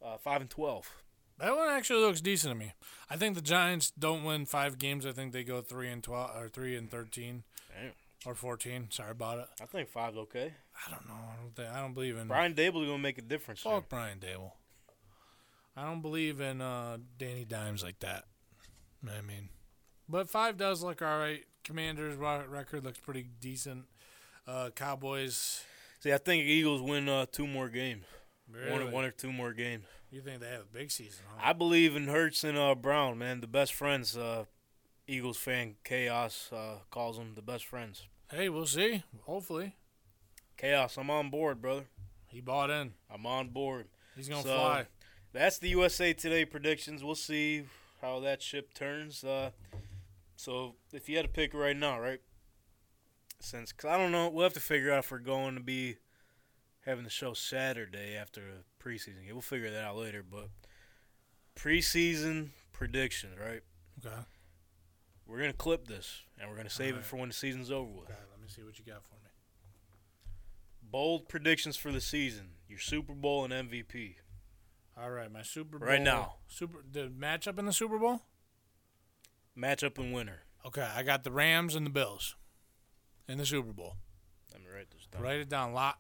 Speaker 2: uh, five and twelve.
Speaker 3: That one actually looks decent to me. I think the Giants don't win five games. I think they go three and twelve or three and thirteen
Speaker 2: Damn.
Speaker 3: or fourteen. Sorry about it.
Speaker 2: I think five's okay.
Speaker 3: I don't know. I don't, think, I don't believe in
Speaker 2: Brian Dable's gonna make a difference. there.
Speaker 3: fuck Brian Dable. I don't believe in uh, Danny Dimes like that. I mean, but five does look all right. Commanders' ro- record looks pretty decent. Uh, Cowboys.
Speaker 2: See, I think Eagles win uh, two more games, one, or- one or two more games.
Speaker 3: You think they have a big season? Huh?
Speaker 2: I believe in Hurts and uh, Brown, man. The best friends. Uh, Eagles fan Chaos uh, calls them the best friends.
Speaker 3: Hey, we'll see. Hopefully,
Speaker 2: Chaos, I'm on board, brother.
Speaker 3: he bought in.
Speaker 2: I'm on board.
Speaker 3: He's gonna
Speaker 2: So-
Speaker 3: fly.
Speaker 2: That's the USA Today predictions. We'll see how that ship turns. Uh, so if you had to pick right now, right? Since cause I don't know, we'll have to figure out if we're going to be having the show Saturday after the preseason game. We'll figure that out later. But preseason predictions, right?
Speaker 3: Okay.
Speaker 2: We're gonna clip this and we're gonna save it
Speaker 3: Alright.
Speaker 2: for when the season's over with.
Speaker 3: Okay. Let me see what you got for me.
Speaker 2: Bold predictions for the season: your Super Bowl and MVP.
Speaker 3: All right, my Super Bowl
Speaker 2: Right now.
Speaker 3: Super the matchup in the Super Bowl.
Speaker 2: Matchup and winner.
Speaker 3: Okay, I got the Rams and the Bills in the Super Bowl.
Speaker 2: Let me write this down.
Speaker 3: Write it down. Lot.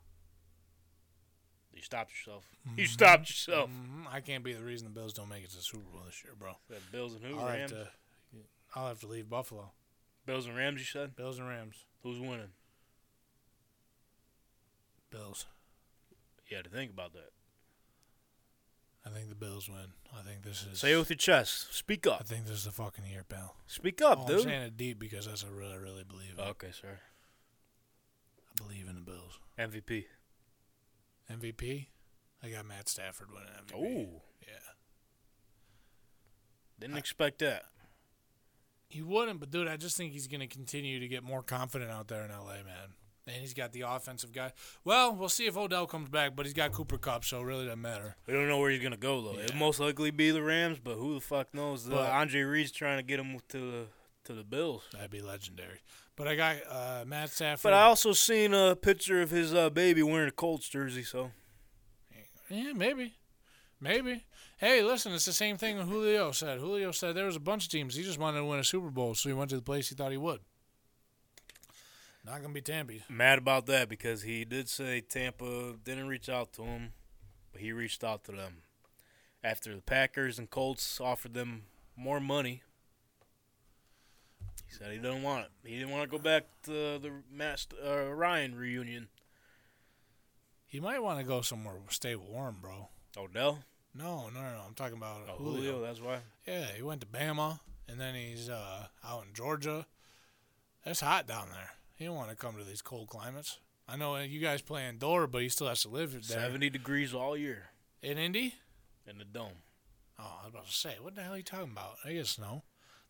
Speaker 2: You stopped yourself.
Speaker 3: Mm-hmm.
Speaker 2: You stopped yourself.
Speaker 3: Mhm. I can't be the reason the Bills don't make it to the Super Bowl this year, bro.
Speaker 2: Is that Bills and who?
Speaker 3: I'll have
Speaker 2: Rams.
Speaker 3: to. I'll have to leave Buffalo.
Speaker 2: Bills and Rams. You said
Speaker 3: Bills and Rams.
Speaker 2: who's winning?
Speaker 3: Bills.
Speaker 2: You had to think about that.
Speaker 3: I think the Bills win. I think this is.
Speaker 2: Say it with your chest. Speak
Speaker 3: I
Speaker 2: up.
Speaker 3: think this is the fucking year, pal.
Speaker 2: Speak up,
Speaker 3: Oh, I'm
Speaker 2: dude.
Speaker 3: saying it deep because that's what I really, really believe. in.
Speaker 2: Okay, sir.
Speaker 3: I believe in the Bills.
Speaker 2: MVP.
Speaker 3: MVP. I got Matt Stafford winning MVP.
Speaker 2: Oh,
Speaker 3: Yeah.
Speaker 2: didn't expect that.
Speaker 3: He wouldn't, but dude, I just think he's going to continue to get more confident out there in LA, man. And he's got the offensive guy. Well, we'll see if Odell comes back, but he's got Cooper Cup, so it really doesn't matter.
Speaker 2: We don't know where he's gonna go though. It'll most likely be the Rams, but who the fuck knows? Uh,
Speaker 3: But-
Speaker 2: Andre Reed's trying to get him to the to the Bills.
Speaker 3: That'd be legendary. But I got uh, Matt Stafford.
Speaker 2: But I also seen a picture of his uh, baby wearing a Colts jersey. So
Speaker 3: yeah, maybe. Maybe. Hey, listen, it's the same thing Julio said. Julio said there was a bunch of teams. He just wanted to win a Super Bowl, so he went to the place he thought he would. Not going to be Tampa.
Speaker 2: mad about that because he did say Tampa didn't reach out to him, but he reached out to them after the Packers and Colts offered them more money. He said he didn't want it. He didn't want to go back to the Master, uh, Ryan reunion.
Speaker 3: He might want to go somewhere, stay warm, bro.
Speaker 2: Odell,
Speaker 3: No, no, no, no. I'm talking about
Speaker 2: oh,
Speaker 3: Julio.
Speaker 2: Julio, that's why.
Speaker 3: Yeah, he went to Bama, and then he's uh, out in Georgia. It's hot down there. He don't want to come to these cold climates. I know uh, you guys play indoor, but he still has to live there.
Speaker 2: Seventy degrees all year
Speaker 3: In Indy?
Speaker 2: in the dome.
Speaker 3: Oh, I was about to say, what the hell are you talking about? They get snow.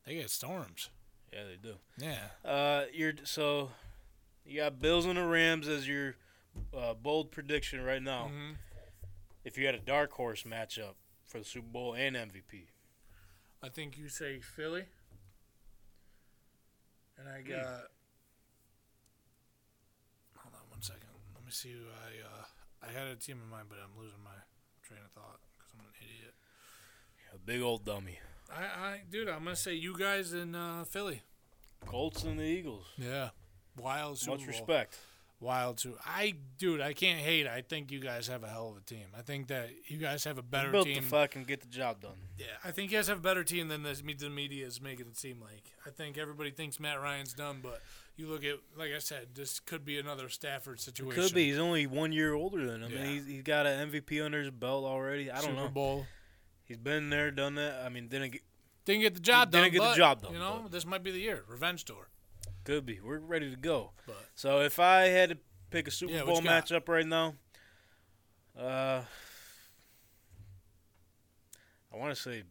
Speaker 3: They get storms.
Speaker 2: Yeah, they do.
Speaker 3: Yeah.
Speaker 2: Uh, you're so you got Bills and the Rams as your uh, bold prediction right now.
Speaker 3: Mhm.
Speaker 2: If you had a dark horse matchup for the Super Bowl and MVP,
Speaker 3: I think you say Philly. And I got. Hold on one second. Let me see who I. Uh, I had a team in mind, but I'm losing my train of thought because I'm an idiot.
Speaker 2: a big old dummy.
Speaker 3: I, I, dude, I'm gonna say you guys in uh, Philly.
Speaker 2: Colts and the Eagles.
Speaker 3: Yeah, wild. Super
Speaker 2: Much
Speaker 3: Bowl.
Speaker 2: respect.
Speaker 3: Wild too. I, dude, I can't hate. I think you guys have a hell of a team. I think that you guys have a better
Speaker 2: Built
Speaker 3: team.
Speaker 2: the fucking get the job done.
Speaker 3: yeah, I think you guys have a better team than this, the media is making it seem like. I think everybody thinks Matt Ryan's done, but you look at, like I said, this could be another Stafford situation.
Speaker 2: Could be. He's only one year older than him,
Speaker 3: Yeah.
Speaker 2: and he's, he's got an MVP under his belt already. I don't
Speaker 3: Super
Speaker 2: know.
Speaker 3: Bowl.
Speaker 2: He's been there, done that. I mean, didn't get,
Speaker 3: Didn't get the job
Speaker 2: Didn't
Speaker 3: done.
Speaker 2: get the
Speaker 3: but,
Speaker 2: job done,
Speaker 3: You know,
Speaker 2: but-
Speaker 3: this might be the year. Revenge tour.
Speaker 2: could be. We're ready to go.
Speaker 3: But
Speaker 2: So if I had to pick a Super
Speaker 3: Yeah, what
Speaker 2: Bowl
Speaker 3: you got?
Speaker 2: matchup right now, uh, I want to say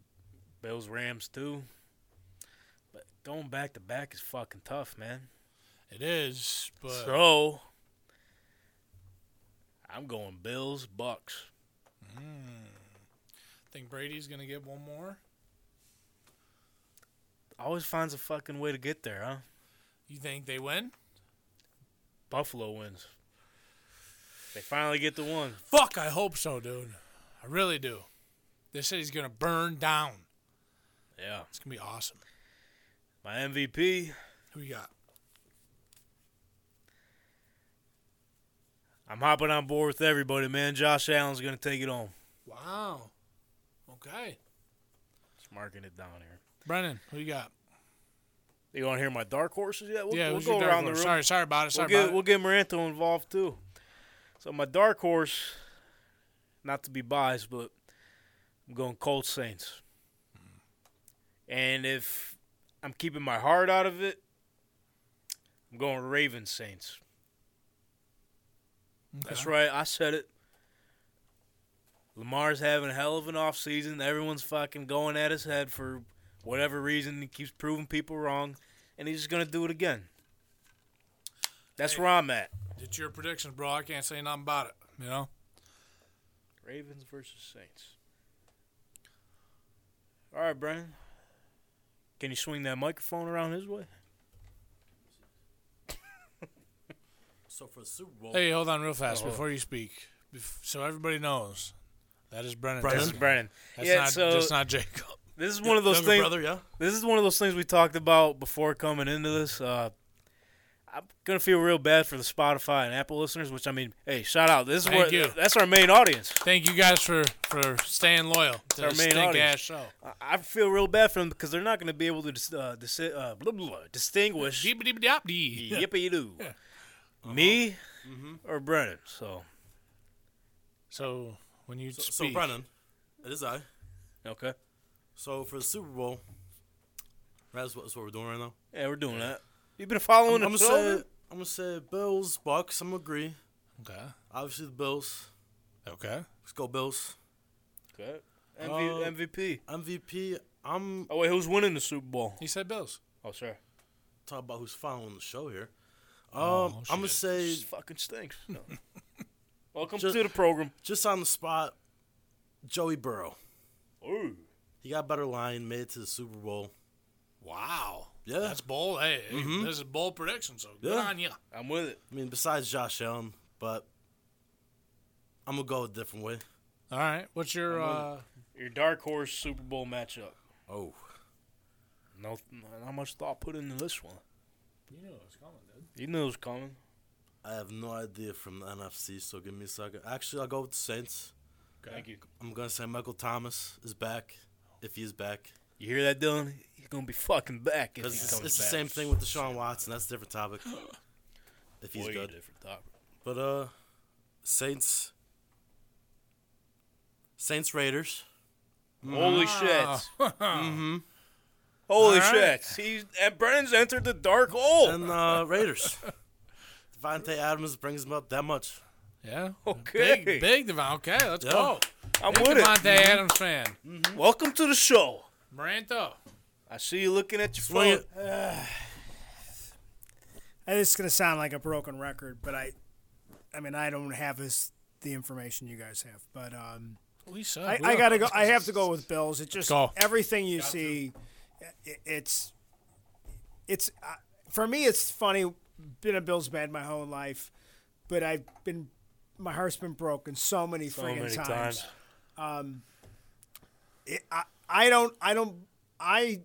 Speaker 2: Bills Rams too, but going back to back is fucking tough, man.
Speaker 3: it is. But
Speaker 2: so I'm going Bills Bucks.
Speaker 3: think Brady's gonna get one more.
Speaker 2: Always finds a fucking way to get there, huh?
Speaker 3: You think they win?
Speaker 2: Buffalo wins. They finally get the one.
Speaker 3: Fuck, I hope so, dude. I really do. This city's gonna burn down.
Speaker 2: Yeah.
Speaker 3: It's gonna be awesome.
Speaker 2: My MVP,
Speaker 3: Who you got?
Speaker 2: I'm hopping on board with everybody, man. Josh Allen's going to take it home.
Speaker 3: Wow. Okay.
Speaker 2: Just marking it down here.
Speaker 3: Brennan, who you got?
Speaker 2: You want to hear my dark horses yet? We'll,
Speaker 3: yeah,
Speaker 2: we'll
Speaker 3: who's your
Speaker 2: go
Speaker 3: dark
Speaker 2: around the
Speaker 3: horse?
Speaker 2: room.
Speaker 3: Sorry, sorry about it. Sorry
Speaker 2: we'll get
Speaker 3: about
Speaker 2: we'll get Maranto involved too. So my dark horse, not to be biased, but I'm going Colts Saints. And if I'm keeping my heart out of it, I'm going Ravens Saints.
Speaker 3: it.
Speaker 2: That's right, I said it. Lamar's having a hell of an offseason. Everyone's fucking going at his head for whatever reason. He keeps proving people wrong, and he's just gonna do it again. That's
Speaker 3: Hey.
Speaker 2: where I'm at.
Speaker 3: It's your predictions, bro. I can't say nothing about it. You know?
Speaker 2: Ravens versus Saints. All right, Brian. Can you swing that microphone around his way?
Speaker 7: So for the Super Bowl,
Speaker 3: Hey, hold on real fast
Speaker 2: Oh, hold
Speaker 3: before you speak. Bef- so everybody knows. That is Brennan.
Speaker 2: This is
Speaker 3: That's,
Speaker 2: Brennan.
Speaker 3: that's
Speaker 2: yeah,
Speaker 3: not,
Speaker 2: so
Speaker 3: that's not Jacob.
Speaker 2: this is one of those
Speaker 3: Younger
Speaker 2: things.
Speaker 3: brother, yeah?
Speaker 2: This is one of those things we talked about before coming into this. Uh, I'm gonna feel real bad for the Spotify and Apple listeners, which I mean, hey, shout out. This is
Speaker 3: Thank
Speaker 2: where
Speaker 3: you.
Speaker 2: that's our main audience.
Speaker 3: Thank you guys for, for staying loyal to
Speaker 2: our
Speaker 3: this
Speaker 2: main
Speaker 3: stink
Speaker 2: audience.
Speaker 3: ass show.
Speaker 2: I- I feel real bad for them because they're not gonna be able to dis- uh, dis- uh, blah, blah, blah, distinguish
Speaker 3: Deep-a-deep-a-dop-dee.
Speaker 2: yippee doo, me or Brennan. So
Speaker 3: So when you
Speaker 7: so, so
Speaker 3: speak,
Speaker 7: Brennan, it is I.
Speaker 2: okay.
Speaker 7: So for the Super Bowl, that's what, that's what we're doing right now.
Speaker 2: Yeah, we're doing that. You've been following
Speaker 7: I'm, I'm
Speaker 2: the
Speaker 7: gonna
Speaker 2: show?
Speaker 7: say I'm gonna say Bills, Bucks. I'm gonna agree.
Speaker 3: okay,
Speaker 7: Obviously the Bills.
Speaker 3: okay,
Speaker 7: Let's go Bills.
Speaker 2: Okay. MV,
Speaker 7: Um,
Speaker 2: MVP.
Speaker 7: MVP. I'm
Speaker 2: Oh wait, who's winning the Super Bowl?
Speaker 3: he said Bills.
Speaker 2: Oh sorry,
Speaker 7: talking about who's following the show here. Um,
Speaker 3: Oh,
Speaker 7: I'm gonna
Speaker 3: shit.
Speaker 7: say
Speaker 2: this fucking stinks. No. Welcome
Speaker 7: Just-
Speaker 2: to the program.
Speaker 7: just on the spot, Joey Burrow.
Speaker 2: Ooh.
Speaker 7: He got better line, made it to the Super Bowl.
Speaker 3: Wow,
Speaker 7: Yeah.
Speaker 3: that's bold. Hey, hey, this is bold prediction. So good
Speaker 7: Yeah.
Speaker 3: on you.
Speaker 2: I'm with it.
Speaker 7: I mean, besides Josh Allen, but I'm gonna go a different way.
Speaker 3: All right, what's your? Uh,
Speaker 2: Your dark horse Super Bowl matchup.
Speaker 7: Oh,
Speaker 2: No, not much thought put into this one.
Speaker 3: you know what's coming, dude.
Speaker 2: You knew it was coming.
Speaker 7: I have no idea from the NFC, so give me a second. Actually, I'll go with the Saints.
Speaker 2: Thank you.
Speaker 7: I'm gonna say Michael Thomas is back, if he's back.
Speaker 2: You hear that, Dylan? He's gonna be fucking back if he
Speaker 7: 'Cause
Speaker 2: comes
Speaker 7: it's,
Speaker 2: back.
Speaker 7: it's the same thing with Deshaun Watson. That's a different topic. If he's
Speaker 2: Way
Speaker 7: good,
Speaker 2: different topic.
Speaker 7: but uh, Saints, Saints Raiders.
Speaker 2: Holy shit!
Speaker 7: Mm-hmm.
Speaker 2: Holy
Speaker 3: All right.
Speaker 2: shit! He's and Brennan's entered the dark hole.
Speaker 7: and uh, Raiders. Devontae Adams brings him up that much.
Speaker 3: Yeah.
Speaker 2: Okay.
Speaker 3: Big, big Devon. Okay, let's
Speaker 7: Yeah.
Speaker 3: go.
Speaker 2: I'm
Speaker 3: Big
Speaker 2: with it.
Speaker 3: Devontae Adams fan.
Speaker 2: Welcome to the show.
Speaker 3: Maranto.
Speaker 2: I see you looking at your
Speaker 7: Swing
Speaker 2: phone.
Speaker 7: it.
Speaker 4: It's gonna sound like a broken record, but I, I mean, I don't have this the information you guys have, but um,
Speaker 3: We suck.
Speaker 4: I,
Speaker 3: We
Speaker 4: I
Speaker 3: don't-
Speaker 4: gotta go. I have to go with Bills. It just
Speaker 3: go.
Speaker 4: everything you see, i it's, it's uh, for me. It's funny. Been a Bills fan my whole life, but I've been my heart's been broken so many
Speaker 2: So
Speaker 4: friggin'
Speaker 2: many
Speaker 4: times.
Speaker 2: times.
Speaker 4: It, I I don't I don't I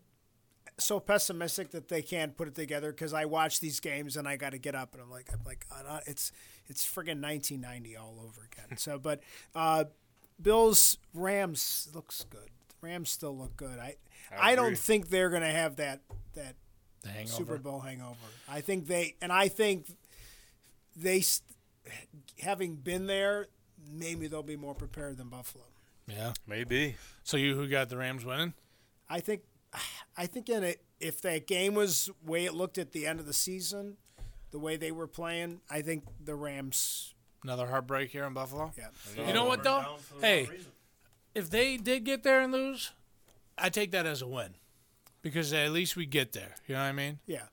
Speaker 4: so pessimistic that they can't put it together because I watch these games and I got to get up and I'm like I'm like I'm not- it's it's friggin' 1990 all over again. so but uh, Bills Rams looks good. Rams still look good. I I,
Speaker 2: agree.
Speaker 4: don't think they're gonna have that that
Speaker 3: The hangover.
Speaker 4: Super Bowl hangover. I think they and I think they st- having been there maybe they'll be more prepared than Buffalo.
Speaker 3: Yeah.
Speaker 2: Maybe.
Speaker 3: So you who got the Rams winning?
Speaker 4: I think, I think in a, if that game was way it looked at the end of the season, the way they were playing, I think the Rams.
Speaker 3: Another heartbreak here in Buffalo.
Speaker 4: Yeah,
Speaker 3: You know what though? Hey, if they did get there and lose, I take that as a win because at least we get there. You know what I mean?
Speaker 4: yeah.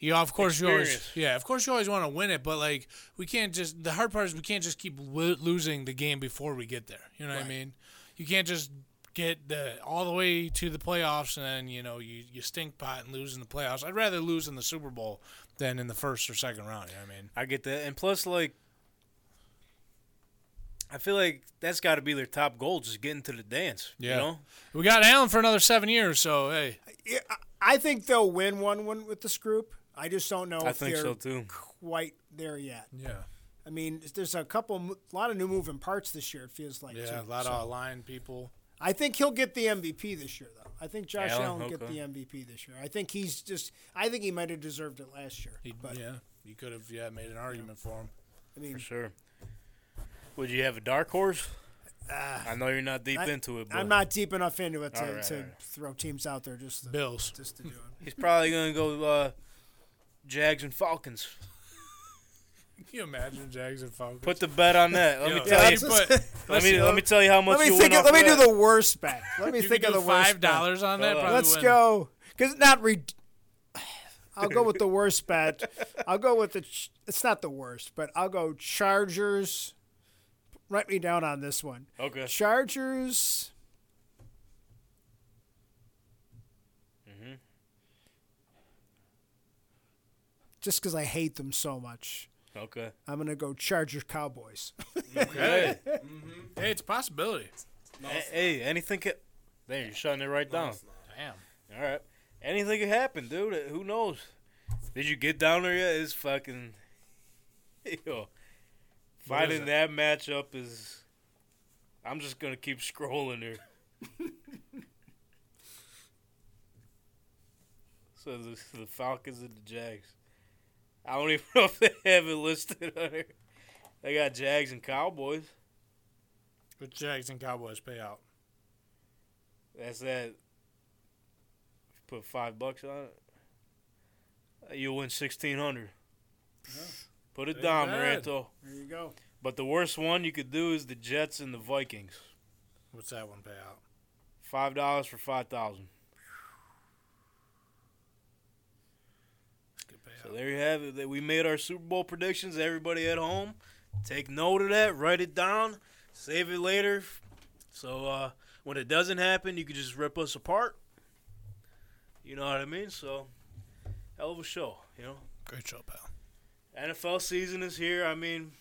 Speaker 3: Yeah, of course you always.
Speaker 2: Experience.
Speaker 3: Yeah, of course you always want to win it, but like we can't just. The hard part is we can't just keep lo- losing the game before we get there. You know what I mean? You can't just get the all the way to the playoffs and then you know you, you stink pot and lose in the playoffs. I'd rather lose in the Super Bowl than in the first or second round. You know what I mean,
Speaker 2: I get that, and plus, like, I feel like that's got to be their top goal, just getting to the dance.
Speaker 3: Yeah.
Speaker 2: You know,
Speaker 3: we got Allen for another seven years, so hey,
Speaker 4: Yeah, I- I think they'll win one one with this group. I just don't know
Speaker 2: I
Speaker 4: if
Speaker 2: think
Speaker 4: they're
Speaker 2: so too.
Speaker 4: quite there yet.
Speaker 3: yeah,
Speaker 4: I mean, there's a couple, mo- a lot of new moving parts this year. It feels like.
Speaker 3: yeah, a
Speaker 4: too.
Speaker 3: lot
Speaker 4: So,
Speaker 3: of aligned people.
Speaker 4: I think he'll get the MVP this year, though. I think Josh
Speaker 2: Allen,
Speaker 4: Allen will get
Speaker 2: okay.
Speaker 4: the MVP this year. I think he's just. I think he might have deserved it last year.
Speaker 3: He,
Speaker 4: but
Speaker 3: yeah, you could have yeah made an argument for him.
Speaker 4: I mean,
Speaker 2: For sure. Would you have a dark horse? I know you're not deep
Speaker 4: Ah. I-
Speaker 2: into it, but
Speaker 4: I'm not deep enough into it to,
Speaker 2: All right,
Speaker 4: to
Speaker 2: all right.
Speaker 4: throw teams out there just to,
Speaker 3: Bills.
Speaker 4: just to do it.
Speaker 2: he's probably gonna go uh, Jags and Falcons.
Speaker 3: Can you imagine Jags and Falcons?
Speaker 2: Put the bet on that. Let
Speaker 3: Yo,
Speaker 2: me
Speaker 3: if
Speaker 2: tell
Speaker 4: Yeah,
Speaker 2: you.
Speaker 3: you put-
Speaker 2: let me let me tell you how much
Speaker 4: Let me
Speaker 2: you
Speaker 4: think.
Speaker 2: win
Speaker 4: Of, let
Speaker 2: off
Speaker 4: me
Speaker 2: of
Speaker 4: do
Speaker 2: that.
Speaker 4: the worst bet. Let me
Speaker 3: you
Speaker 4: think
Speaker 3: could
Speaker 4: of the
Speaker 3: do
Speaker 4: worst.
Speaker 3: five dollars on that.
Speaker 2: Hold on.
Speaker 3: probably
Speaker 4: Bet. Let's
Speaker 3: win.
Speaker 4: go. Because not re. I'll go with the worst bet. I'll go with the. Ch- It's not the worst, but I'll go Chargers. Write me down on this one.
Speaker 2: Okay.
Speaker 4: Chargers.
Speaker 2: Mm-hmm.
Speaker 4: Just because I hate them so much,
Speaker 2: Okay.
Speaker 4: I'm gonna go Chargers Cowboys.
Speaker 2: Hey,
Speaker 3: Hey, it's a possibility.
Speaker 2: a- hey, anything can. There, you're shutting it right down.
Speaker 3: Damn.
Speaker 2: All right. Anything could happen, dude. Uh, Who knows? Did you get down there yet? It's fucking. Yo. Finding that matchup is. I'm just going to keep scrolling here. so the, the Falcons and the Jags. I don't even know if they have it listed on here. They got Jags and Cowboys.
Speaker 3: But Jags and Cowboys pay out.
Speaker 2: That's that. Put five bucks on it. You win sixteen hundred. Put it
Speaker 3: Ain't
Speaker 2: down,
Speaker 3: bad.
Speaker 2: Maranto.
Speaker 4: There you go.
Speaker 2: But the worst one you could do is the Jets and the Vikings.
Speaker 3: What's that one pay out?
Speaker 2: Five dollars for five thousand.
Speaker 3: It's good
Speaker 2: So
Speaker 3: payout.
Speaker 2: there you have it. That We made our Super Bowl predictions. Everybody at home, take note of that. Write it down. Save it later. So uh, when it doesn't happen, you can just rip us apart. You know what I mean? So hell of a show, you know.
Speaker 3: Great show, pal.
Speaker 2: NFL season is here. I mean,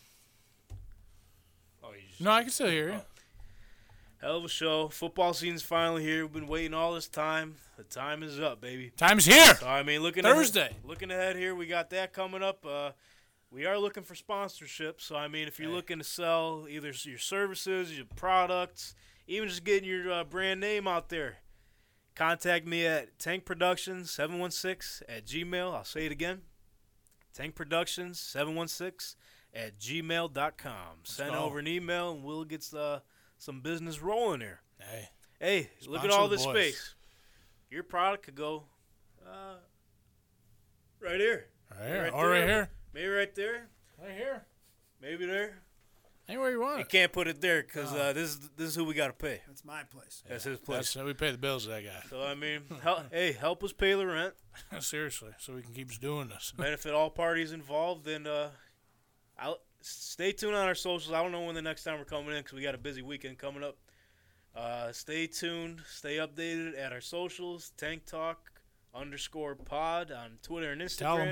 Speaker 2: oh, you just,
Speaker 3: No, I can still hear you.
Speaker 2: hell of a show. Football season's finally here. We've been waiting all this time. The time is up, baby.
Speaker 3: Time's here.
Speaker 2: So I mean, looking
Speaker 3: Thursday.
Speaker 2: ahead, looking ahead here, we got that coming up. Uh, we are looking for sponsorships. So I mean, if you're looking to sell either s- your services, your products, even just getting your uh, brand name out there, contact me at Tank Productions seven one six at Gmail. I'll say it again. Tank Productions 716 at gmail.com. Send
Speaker 3: go.
Speaker 2: over an email and we'll get uh, some business rolling there.
Speaker 3: Hey,
Speaker 2: Hey, look at
Speaker 3: Sponsor
Speaker 2: all
Speaker 3: the
Speaker 2: this
Speaker 3: boys.
Speaker 2: space. Your product could go uh, right here.
Speaker 3: right here,
Speaker 2: Right
Speaker 3: or right
Speaker 2: there.
Speaker 3: here,
Speaker 2: Maybe right there.
Speaker 3: right here,
Speaker 2: Maybe there.
Speaker 3: anywhere you want.
Speaker 2: You
Speaker 3: it.
Speaker 2: can't put it there because uh, this is this is who we gotta pay.
Speaker 4: That's my place.
Speaker 2: That's his place.
Speaker 3: That's we pay the bills to that guy.
Speaker 2: So I mean, hel- hey, help us pay the rent.
Speaker 3: Seriously, so we can keep doing this.
Speaker 2: benefit all parties involved. And uh, I'll stay tuned on our socials. I don't know when the next time we're coming in because we got a busy weekend coming up. Uh, stay tuned, stay updated at our socials. Tank Talk underscore Pod on Twitter and
Speaker 3: Tell 'em.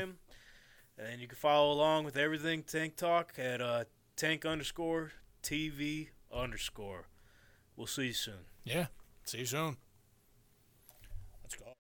Speaker 2: Instagram, and you can follow along with everything Tank Talk at uh, Tank underscore TV underscore. We'll see you soon.
Speaker 3: Yeah. See you soon. Let's go.